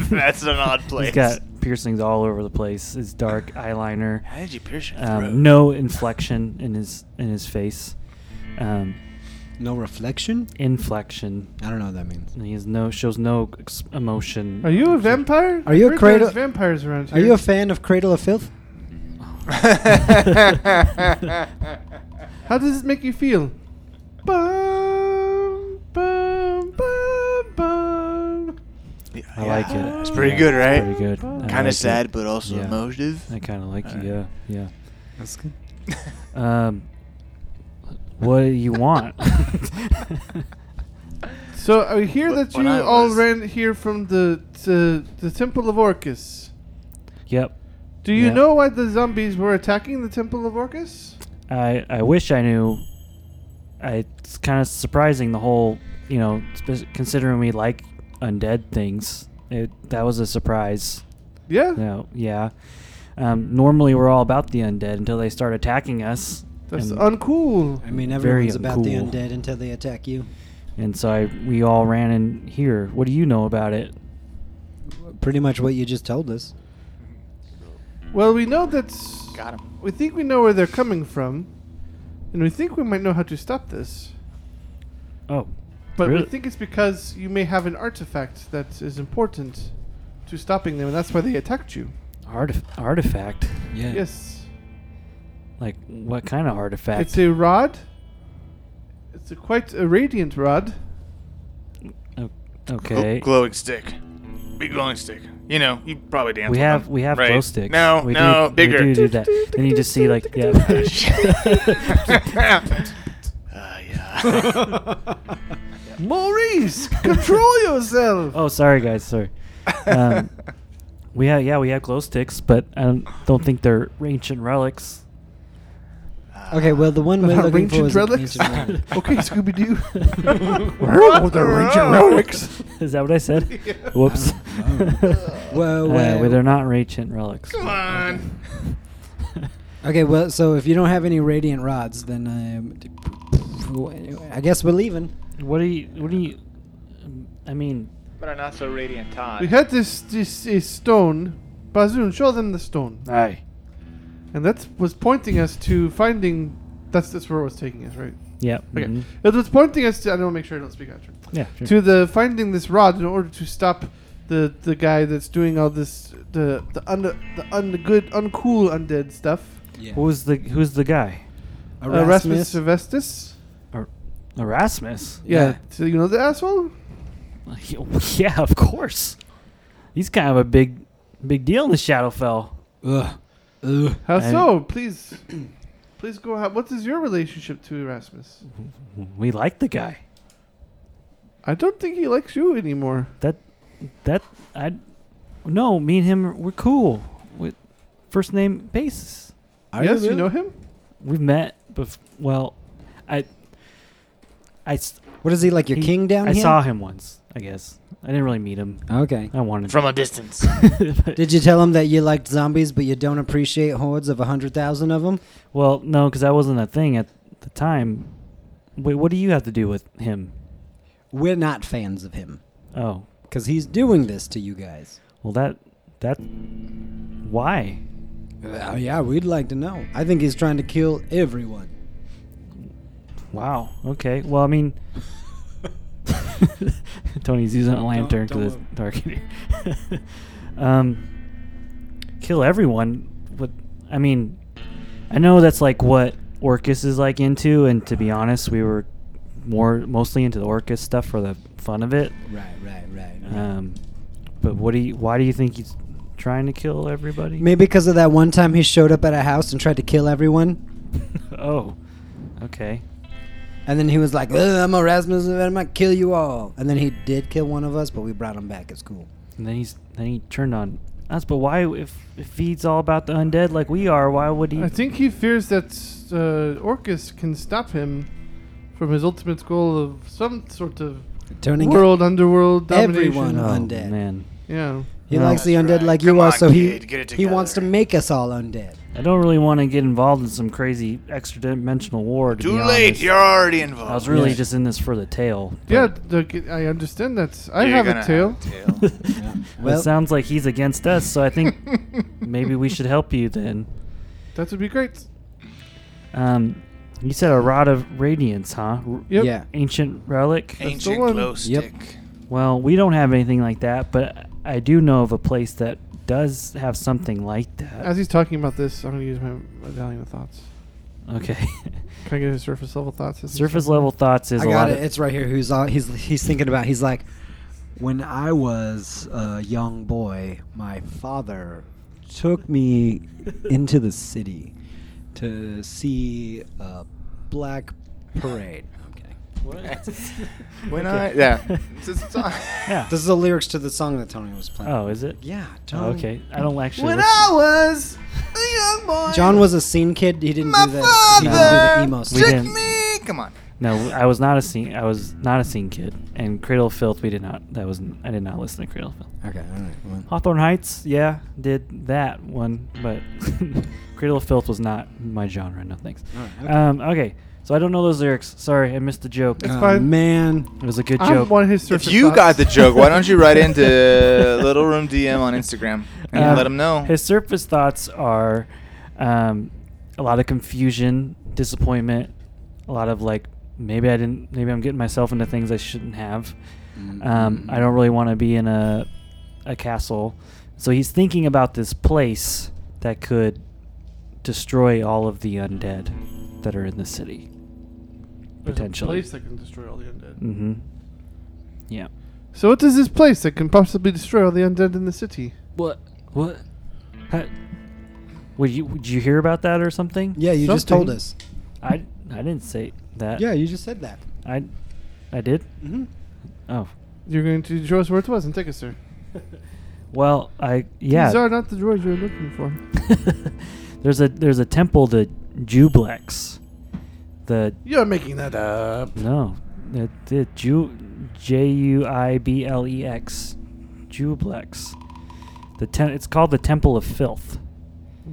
That's an odd place.
He's got piercings all over the place. His dark eyeliner.
How did you pierce your throat?
um, no inflection in his in his face. Um,
No reflection?
inflection.
I don't know what that means.
And he has no shows no ex- emotion. Um,
Are you a vampire?
Are you a
Heard there's
cradle-
Vampires around here.
Are you a fan of Cradle of Filth?
How does it make you feel? Bum, bum, bum, bum.
I like it.
It's pretty good, right?
Pretty good. I
Kind
like
of
it.
sad, but also
Yeah.
emotive.
I kind of like it. Yeah, yeah.
That's good.
Um, what do you want?
So I hear
Wh-
that
when
you
I
all
was-
ran here from the the, the Temple of Orcus.
yep.
Do you
Yeah.
know why the zombies were attacking the Temple of Orcus?
I I wish I knew. I, it's kind of surprising the whole, you know, spe- considering we like undead things. It that was a surprise.
Yeah.
No, yeah. Um, normally we're all about the undead until they start attacking us.
That's
and,
uncool.
I mean,
Very
everyone's about the
uncool.
undead until they attack you.
and so I, we all ran in here. What do you know about it?
Pretty much what you just told us.
Well, we know that's.
Got him.
We think we know where they're coming from, and we think we might know how to stop this.
Oh,
But
Really?
we think it's because you may have an artifact that is important to stopping them, and that's why they attacked you.
artif- artifact.
Yeah.
Yes.
Like what kind of artifact?
It's a rod. It's a quite a radiant rod.
O-
Gl-
okay.
glowing stick. Big glowing stick. You know, you probably dance
we
with
have
them,
we have
right?
glow sticks.
No,
we
no,
do,
bigger.
We do, do that. Then you just see like yeah.
Ah, yeah.
Maurice, control yourself.
oh, sorry guys, sorry. Um, we have yeah we have glow sticks, but I don't, don't think they're ancient relics.
Okay, well, the one we're
About
looking for
ancient
is an
relics?
ancient relic.
okay, Scooby Doo.
Oh, they're ancient relics.
Is that what I said? Whoops.
Well,
Uh,
well,
well, they're not ancient relics.
Come on.
Okay, well, so if you don't have any radiant rods, then um, I guess we're leaving.
What do you? What do you? I mean,
But are not so radiant, Todd.
we had this this uh, stone. Bazoon, show them the stone.
aye.
And that was pointing us to finding. That's that's where it was taking us, right?
Yeah.
Okay.
mhm.
It was pointing us to. I don't want to make sure I don't speak out. of turn.
Yeah. Sure.
to the finding this rod in order to stop the the guy that's doing all this the the under the un, good uncool undead stuff.
Yeah.
Who's the Who's the guy?
Erasmus Silvestus.
Erasmus.
Yeah.
Yeah.
So you know the asshole?
yeah, of course. He's kind of a big, big deal in the Shadowfell.
Ugh. Ugh.
How
And-
so? Please, please go. ahead. What is your relationship to Erasmus?
We like the guy.
I don't think he likes you anymore.
That, that I, no, me and him we're cool. With first name basis.
Are
yes, you
really?
know him.
We've met, bef- well, I, I, s-
What is he like? Your
He-
king down
I
here?
saw him once. I guess I didn't really meet him.
Okay.
I wanted.
From a distance.
Did you tell him that you liked zombies, but you don't appreciate hordes of a hundred thousand of them?
well, no, because that wasn't a thing at the time. Wait, what do you have to do with him?
We're not fans of him
Oh,
because he's doing this to you guys.
well, that that. Why?
Oh yeah, we'd like to know. I think he's trying to kill everyone.
Wow. Okay. Well, I mean, Tony's using a lantern
don't
because it's
look.
dark in here. um, kill everyone. What? I mean, I know that's like what Orcus is like into, and to be honest, we were more mostly into the Orcus stuff for the fun of it.
Right, right, right.
Um, but what do you? Why do you think he's trying to kill everybody?
Maybe because of that one time he showed up at a house and tried to kill everyone,
oh, okay.
and then he was like, "Ugh, "I'm Erasmus, and I'm gonna kill you all." And then he did kill one of us, but we brought him back. It's cool.
And then he's then he turned on us. But why, if if he's all about the undead like we are, why would he?
I think he fears that uh, Orcus can stop him from his ultimate goal of some sort of
Turning
world underworld domination.
Everyone,
oh,
huh? undead.
Man,
Yeah.
He
No.
likes the
That's
undead
right.
like
Come
you are,
on,
so
kid, get it
he he wants to
together.
make us all undead.
I don't really want to get involved in some crazy extra-dimensional war. To
Too
be
late.
honest.
You're already
I
involved.
was really
Yeah.
just in this for the tail.
Yeah, look, I understand that. I
You're
have
gonna
a tail.
Have a tail.
Well,
Well-
it sounds like he's against us, so I think maybe we should help you then.
That would be great.
Um, You said a rod of radiance, huh? R-
Yep.
Yeah.
Ancient relic.
Ancient
one.
glow
Yep.
stick.
Well, we don't have anything like that, but I do know of a place that does have something like that.
As he's talking about this, I'm gonna use my medallion of thoughts.
Okay.
Can I get his surface level thoughts? As he's
Surface level thoughts is
I
a
got
lot
it.
of
It's right here. Who's on? He's he's thinking about. He's like, when I was a young boy, my father took me into the city to see a black parade. I'm kidding.
When
Okay.
I yeah, It's- it's
uh,
on-
Yeah.
This is the lyrics to the song that Tony was playing.
Oh, is it?
yeah. Tony.
Oh, okay. I don't actually.
when
listen-
I was a young boy,
John was a scene kid. He didn't
my
do the, he didn't do the
father
emo
We
stuff.
took
didn't-
me. Come on,
No, I was not a scene. I was not a scene kid. And Cradle of Filth, we did not. That was. I did not listen to Cradle of Filth.
Okay. All right. well.
Hawthorne Heights, yeah, did that one, but Cradle of Filth was not my genre. No thanks.
Alright, okay.
okay. Um, okay, so I don't know those lyrics. Sorry, I missed the joke.
It's
Oh,
fine.
man.
It was a good
I
joke.
want his surface.
if you
thoughts.
got the joke, why don't you write into Little Room DM on Instagram and
Um,
let him know?
His surface thoughts are um, a lot of confusion, disappointment, a lot of like maybe I didn't, maybe I'm getting myself into things I shouldn't have. Um, I don't really want to be in a a castle, so he's thinking about this place that could destroy all of the undead that are in the city.
There's a
potentially.
place that can destroy all the undead.
Mm-hmm. Yeah.
So what is this place that can possibly destroy all the undead in the city?
What? What? Huh? Would you? Did you hear about that or something?
Yeah, you just
Something.
told us.
I I didn't say that.
Yeah, you just said that.
I I did.
hmm
Oh.
You're going to show us where it was and take us there.
Well, I yeah.
These are not the droids you're looking for.
there's a there's a temple to Jublex. The
You're making that up.
no, the, the Ju J U I B L E X, Jublex. The ten, it's called the Temple of Filth,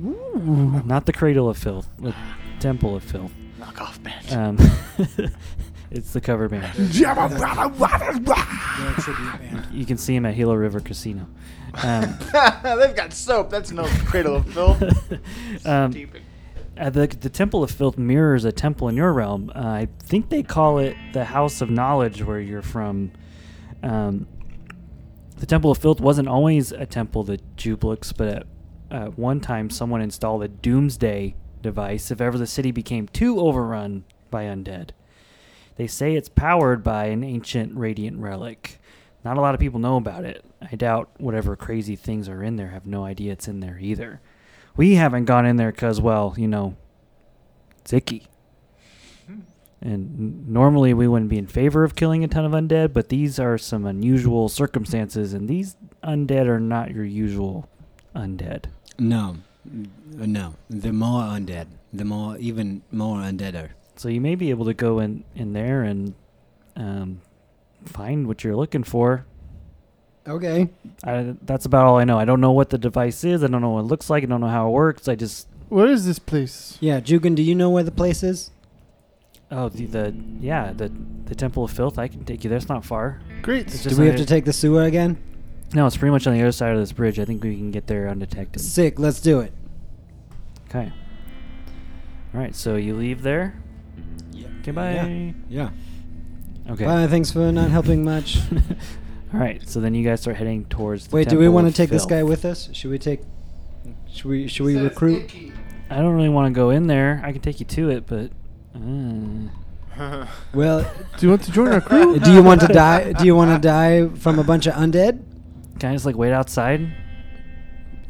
Ooh.
not the Cradle of Filth. The Temple of Filth.
Knock off, man.
Um, it's the cover band.
They're a tribute band.
You can see him at Gila River Casino. Um,
They've got soap. That's no cradle of filth.
um, uh, the, the Temple of Filth mirrors a temple in your realm. Uh, I think they call it the House of Knowledge where you're from. Um, the Temple of Filth wasn't always a temple to Jublix, but at uh, one time someone installed a doomsday device if ever the city became too overrun by undead. They say it's powered by an ancient radiant relic. Not a lot of people know about it. I doubt whatever crazy things are in there have no idea it's in there either. We haven't gone in there because, well, you know, it's icky. And n- normally we wouldn't be in favor of killing a ton of undead, but these are some unusual circumstances, and these undead are not your usual undead.
No, N- no. The more undead, the more even more undead are.
So you may be able to go in, in there and um, find what you're looking for.
Okay.
I, that's about all I know. I don't know what the device is. I don't know what it looks like. I don't know how it works. I just
Where is this place?
Yeah, Jugan, do you know where the place is?
oh the, the yeah the the temple of filth. I can take you there. It's not far.
Great.
It's
Do
just
we
on
have
the-
to take the sewer again?
No, it's pretty much on the other side of this bridge. I think we can get there undetected.
Sick. Let's do it.
Okay. All right. So you leave there.
Yeah.
Okay. Bye.
Yeah.
Okay.
Bye. Thanks for not helping much.
all right. So then you guys start heading towards. The
Wait, do we
Temple
want to
of
take this
Filth.
guy with us? Should we take? Should we? Should we recruit?
I don't really want to go in there. I can take you to it, but. Uh,
Well,
Do you want to join our crew?
do you want to die? Do you want to die from a bunch of undead?
can I just like wait outside?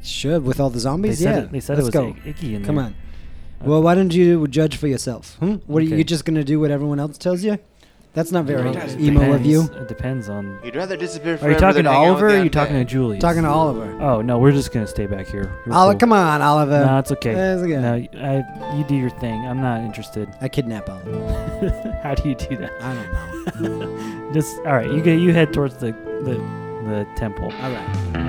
Should with all the zombies?
They said
yeah.
it- they said it
let's
was
go.
ick- icky in
Come
there.
on. Well, why don't you judge for yourself? Hmm? What are
Okay.
you just gonna do? What everyone else tells you? That's not very
Well, it
emo of
depends.
you.
It depends on.
You'd rather disappear.
Are you
forever
talking
than
to
hang out with
Oliver?
the
or Are you
undead.
talking to Julius?
Talking to Oliver.
Oh no, we're just gonna stay back here. We're
Oli-
cool.
come on, Oliver.
No, it's okay.
Eh, it's okay.
No, I, you do your thing. I'm not interested.
I kidnap Oliver.
How do you do that?
I don't know.
Just all right. You go. You head towards the the, the temple.
All right.